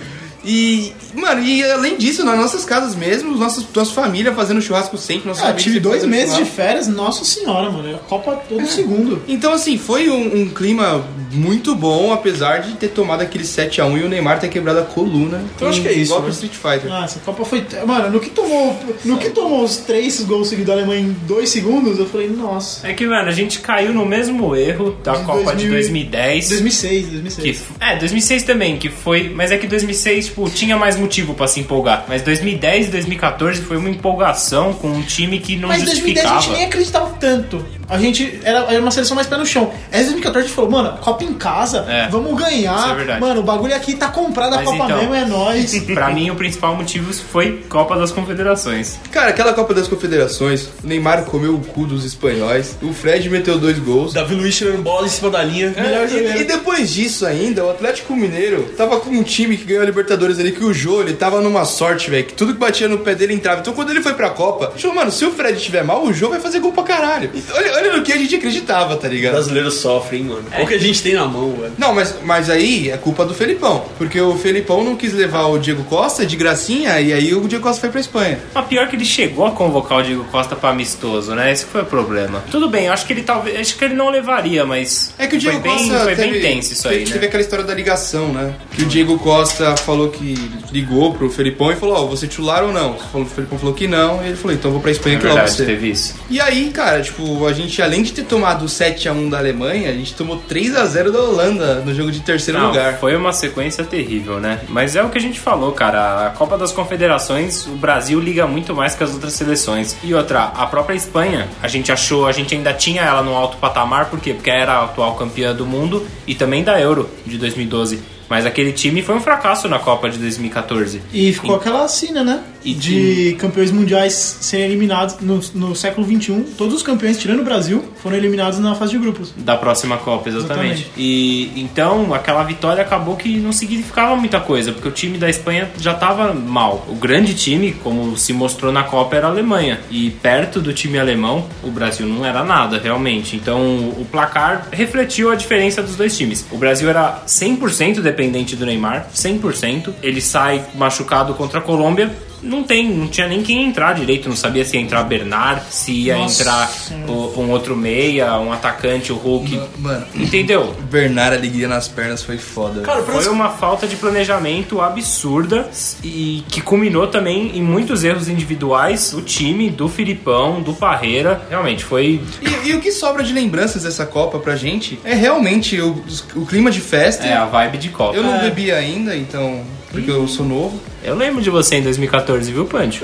[SPEAKER 1] e, mano, e além disso, nas nossas casas mesmo, nossas, nossa família fazendo churrasco sempre. Nossa
[SPEAKER 4] Ah, tive dois meses de férias, nossa senhora, mano. É Copa todo segundo.
[SPEAKER 1] Então, assim, foi um, um clima muito bom, apesar de ter tomado aquele 7x1 e o Neymar ter quebrado a coluna.
[SPEAKER 2] Então, acho
[SPEAKER 1] em
[SPEAKER 2] que é isso,
[SPEAKER 1] Golpe
[SPEAKER 2] né?
[SPEAKER 1] Street Fighter.
[SPEAKER 4] Ah, essa Copa foi. Mano, no que tomou. No que tomou os três gols seguidos da Alemanha em dois segundos, eu falei, nossa.
[SPEAKER 6] É que, mano, a gente caiu no mesmo erro da
[SPEAKER 4] De
[SPEAKER 6] Copa de
[SPEAKER 4] 2000
[SPEAKER 6] 2010.
[SPEAKER 4] 2006,
[SPEAKER 6] Que,
[SPEAKER 4] 2006.
[SPEAKER 6] f- é, 2006 também, que foi. Mas é que 2006, tipo, tinha mais motivo pra se empolgar. Mas 2010 e 2014 foi uma empolgação com um time que não
[SPEAKER 4] Mas em 2010 a
[SPEAKER 6] justificava.
[SPEAKER 4] gente nem acreditava tanto. A gente era, era uma seleção mais pé no chão. Essa 2014 a gente falou, mano, Copa em casa,
[SPEAKER 6] É.
[SPEAKER 4] vamos ganhar.
[SPEAKER 6] Isso é verdade.
[SPEAKER 4] Mano, o bagulho aqui tá comprado, a
[SPEAKER 6] Mas
[SPEAKER 4] Copa
[SPEAKER 6] então.
[SPEAKER 4] mesmo é nóis.
[SPEAKER 6] Pra mim, o principal motivo foi Copa das Confederações.
[SPEAKER 1] Cara, aquela Copa das Confederações, o Neymar comeu o cu dos espanhóis, o Fred meteu dois gols.
[SPEAKER 2] Davi Luiz tirando bola em cima da linha.
[SPEAKER 1] É, E, e depois disso ainda, o Atlético Mineiro tava com um time que ganhou a Libertadores ali, que o Jô, ele tava numa sorte, velho, que tudo que batia no pé dele entrava. Então quando ele foi pra Copa, achou, mano, se o Fred estiver mal, o Jô vai fazer gol pra caralho. Então, olha, olha no que a gente acreditava, tá
[SPEAKER 2] O
[SPEAKER 1] ligado?
[SPEAKER 2] brasileiro sofre, hein, mano. Olha o que a gente tem na mão, é. velho.
[SPEAKER 1] Não, mas, mas aí é culpa do Felipão, porque o Felipão não quis levar o Diego Costa de gracinha e aí o Diego Costa foi pra Espanha.
[SPEAKER 6] Mas pior que ele chegou a convocar o Diego Costa pra amistoso, né? Esse que foi o problema. Tudo bem, eu acho que ele talvez. Acho que ele não levaria, mas.
[SPEAKER 1] É que o Diego
[SPEAKER 6] foi bem,
[SPEAKER 1] Costa
[SPEAKER 6] foi
[SPEAKER 1] teve,
[SPEAKER 6] bem tenso isso
[SPEAKER 1] teve-
[SPEAKER 6] aí, né?
[SPEAKER 1] Teve aquela história da ligação, né? Que o Diego Costa falou que ligou pro Felipão e falou, ó, você titular ou não? O Felipão falou que não, e ele falou, então eu vou pra Espanha
[SPEAKER 6] É
[SPEAKER 1] que logo
[SPEAKER 6] verdade,
[SPEAKER 1] você.
[SPEAKER 6] teve isso.
[SPEAKER 1] E aí, cara, tipo, a gente além de ter tomado o 7x1 da Alemanha, a gente tomou 3x0 da Holanda no jogo de terceiro
[SPEAKER 6] Não,
[SPEAKER 1] lugar.
[SPEAKER 6] Foi uma sequência terrível, né? Mas é o que a gente falou, cara. A Copa das Confederações, o Brasil liga muito mais que as outras seleções. E outra, a própria Espanha, a gente achou, a gente ainda tinha ela no alto patamar, por quê? Porque era a atual campeã do mundo e também da Euro de 2012. Mas aquele time foi um fracasso na Copa de 2014.
[SPEAKER 4] E ficou aquela sina, né?
[SPEAKER 6] E-
[SPEAKER 4] de campeões mundiais serem eliminados no, no século XXI. Todos os campeões, tirando o Brasil, foram eliminados na fase de grupos.
[SPEAKER 6] Da próxima Copa, exatamente.
[SPEAKER 4] Exatamente.
[SPEAKER 6] E então aquela vitória acabou que não significava muita coisa, porque o time da Espanha já estava mal. O grande time, como se mostrou na Copa, era a Alemanha. E perto do time alemão, o Brasil não era nada, realmente. Então o placar refletiu a diferença dos dois times. O Brasil era 100% dependente do Neymar, 100%. Ele sai machucado contra a Colômbia. Não tem, não tinha nem quem entrar direito, não sabia se ia entrar Bernard, se ia
[SPEAKER 4] Nossa
[SPEAKER 6] entrar
[SPEAKER 4] Senhora. Uhum.
[SPEAKER 6] o- um outro meia, um atacante, o Hulk.
[SPEAKER 1] Mano,
[SPEAKER 6] Entendeu?
[SPEAKER 1] o Bernard, a alegria nas pernas foi foda.
[SPEAKER 2] Cara, pra
[SPEAKER 6] Foi uma falta de planejamento absurda e que culminou também em muitos erros individuais. O time do Filipão, do Parreira, realmente foi.
[SPEAKER 1] E, e o que sobra de lembranças dessa Copa pra gente é realmente o, o clima de festa.
[SPEAKER 6] É a vibe de Copa.
[SPEAKER 1] Eu não bebi ainda, então, porque eu sou novo.
[SPEAKER 6] Eu lembro de você em 2014, viu, Pancho?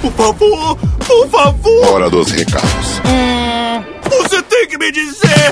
[SPEAKER 5] Por favor, por favor,
[SPEAKER 10] Hora dos recados.
[SPEAKER 5] você tem que me dizer.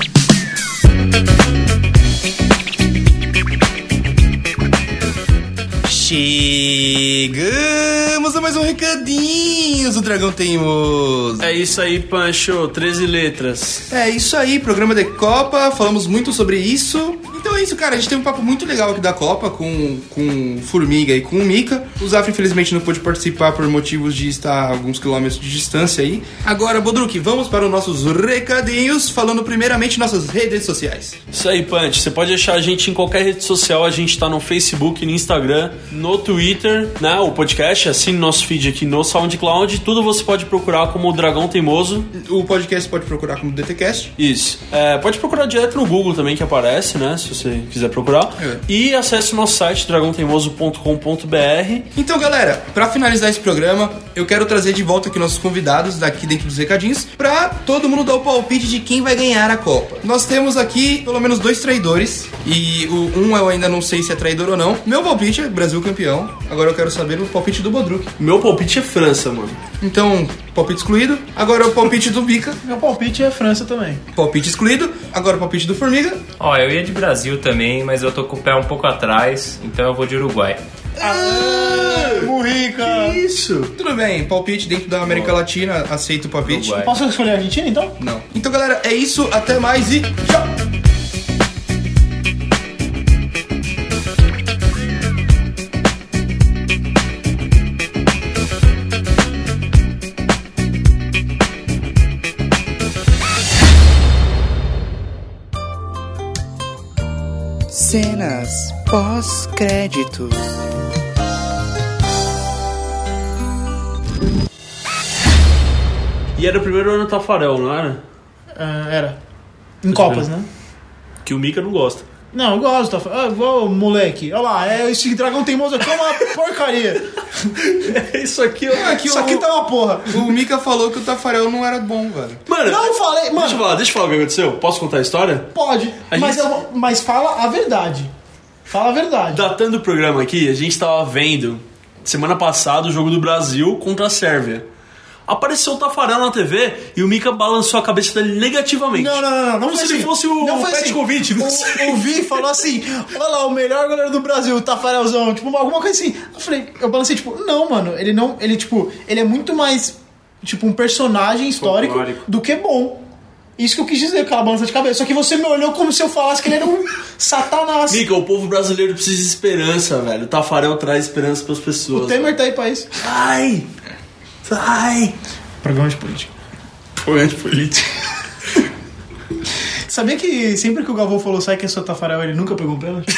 [SPEAKER 1] Chegamos a mais um recadinhos do Dragão Teimoso.
[SPEAKER 2] É isso aí, Pancho. 13 letras.
[SPEAKER 1] É isso aí, programa de Copa, falamos muito sobre isso. Então é isso, cara, a gente teve um papo muito legal aqui da Copa com, com o Formiga e com o Mika. O Zaf, infelizmente, não pôde participar por motivos de estar a alguns quilômetros de distância aí. Agora, Bodruk, vamos para os nossos recadinhos, falando primeiramente nossas redes sociais.
[SPEAKER 2] Isso aí, Punch. Você pode achar a gente em qualquer rede social. A gente tá no Facebook, no Instagram, no Twitter, né? O podcast, assine nosso feed aqui no SoundCloud. Tudo você pode procurar como o Dragão Teimoso.
[SPEAKER 1] O podcast pode procurar como DTCast.
[SPEAKER 2] Isso. É, pode procurar direto no Google também, que aparece, né? Se você quiser procurar.
[SPEAKER 1] É.
[SPEAKER 2] E acesse o nosso site, dragãoteimoso.com.br.
[SPEAKER 1] Então, galera, pra finalizar esse programa, eu quero trazer de volta aqui nossos convidados daqui dentro dos recadinhos pra todo mundo dar o palpite de quem vai ganhar a Copa. Nós temos aqui pelo menos dois traidores e o um eu ainda não sei se é traidor ou não. Meu palpite é Brasil campeão. Agora eu quero saber o palpite do Bodruk.
[SPEAKER 2] Meu palpite é França, mano.
[SPEAKER 1] Então, palpite excluído. Agora o palpite do Bica.
[SPEAKER 4] Meu palpite é a França também.
[SPEAKER 1] Palpite excluído. Agora o palpite do Formiga.
[SPEAKER 6] Ó, eu ia de Brasil também, mas eu tô com o pé um pouco atrás, então eu vou de Uruguai.
[SPEAKER 4] Murica!
[SPEAKER 2] Isso.
[SPEAKER 1] Tudo bem, palpite dentro da América Latina, aceito o palpite.
[SPEAKER 6] Uruguai.
[SPEAKER 4] Posso escolher a Argentina então?
[SPEAKER 1] Não. Então, galera, é isso. Até mais e tchau!
[SPEAKER 11] Cenas pós-créditos.
[SPEAKER 2] E era o primeiro ano do Tafarel, não era?
[SPEAKER 4] Ah, era. Em Copas, né?
[SPEAKER 2] Que o Mika não gosta.
[SPEAKER 4] Não, eu gosto. Tá? Ah, igual o moleque. Olha lá, é esse dragão teimoso aqui é uma porcaria.
[SPEAKER 2] É Isso aqui, ó.
[SPEAKER 1] Aqui
[SPEAKER 4] Isso aqui tá uma porra.
[SPEAKER 1] O Mika falou que o Tafarel não era bom, velho.
[SPEAKER 2] Mano,
[SPEAKER 4] Não falei,
[SPEAKER 2] deixa eu
[SPEAKER 4] mano.
[SPEAKER 2] falar, deixa eu falar o que aconteceu. Posso contar a história?
[SPEAKER 4] Pode,
[SPEAKER 2] A
[SPEAKER 4] mas,
[SPEAKER 2] gente-
[SPEAKER 4] eu vou- mas fala a verdade. Fala a verdade.
[SPEAKER 2] Datando o programa aqui, a gente tava vendo semana passada o jogo do Brasil contra a Sérvia. Apareceu o Tafarel na TV e o Mika balançou a cabeça dele negativamente.
[SPEAKER 4] Não, não, não, não. não
[SPEAKER 2] Como
[SPEAKER 4] foi
[SPEAKER 2] se
[SPEAKER 4] assim.
[SPEAKER 2] fosse o
[SPEAKER 4] não foi
[SPEAKER 2] Petkovic. não sei.
[SPEAKER 4] O, o Vi falou assim: olha lá, o melhor goleiro do Brasil, o Tafarelzão, tipo, alguma coisa assim. Eu falei, eu balancei, tipo, não, mano, ele não. Ele, tipo, ele é muito mais, tipo, um personagem histórico
[SPEAKER 2] Folclórico.
[SPEAKER 4] do que bom. Isso que eu quis dizer com aquela balança de cabeça. Só que você me olhou como se eu falasse que ele era um satanás.
[SPEAKER 2] Mika, o povo brasileiro precisa de esperança, velho. O Tafarel traz esperança pras pessoas.
[SPEAKER 4] O Temer tá aí pra isso.
[SPEAKER 2] Vai! Vai!
[SPEAKER 4] Programa de política.
[SPEAKER 2] Programa de política.
[SPEAKER 4] Sabia que sempre que o Galvão falou sai que é só Tafarel, ele nunca pegou um pênalti?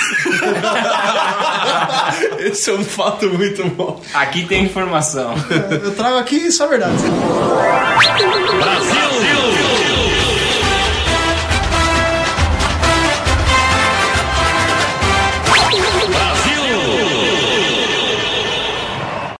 [SPEAKER 2] Esse é um fato muito bom.
[SPEAKER 6] Aqui tem informação.
[SPEAKER 4] Eu trago aqui só a verdade.
[SPEAKER 6] Brasil!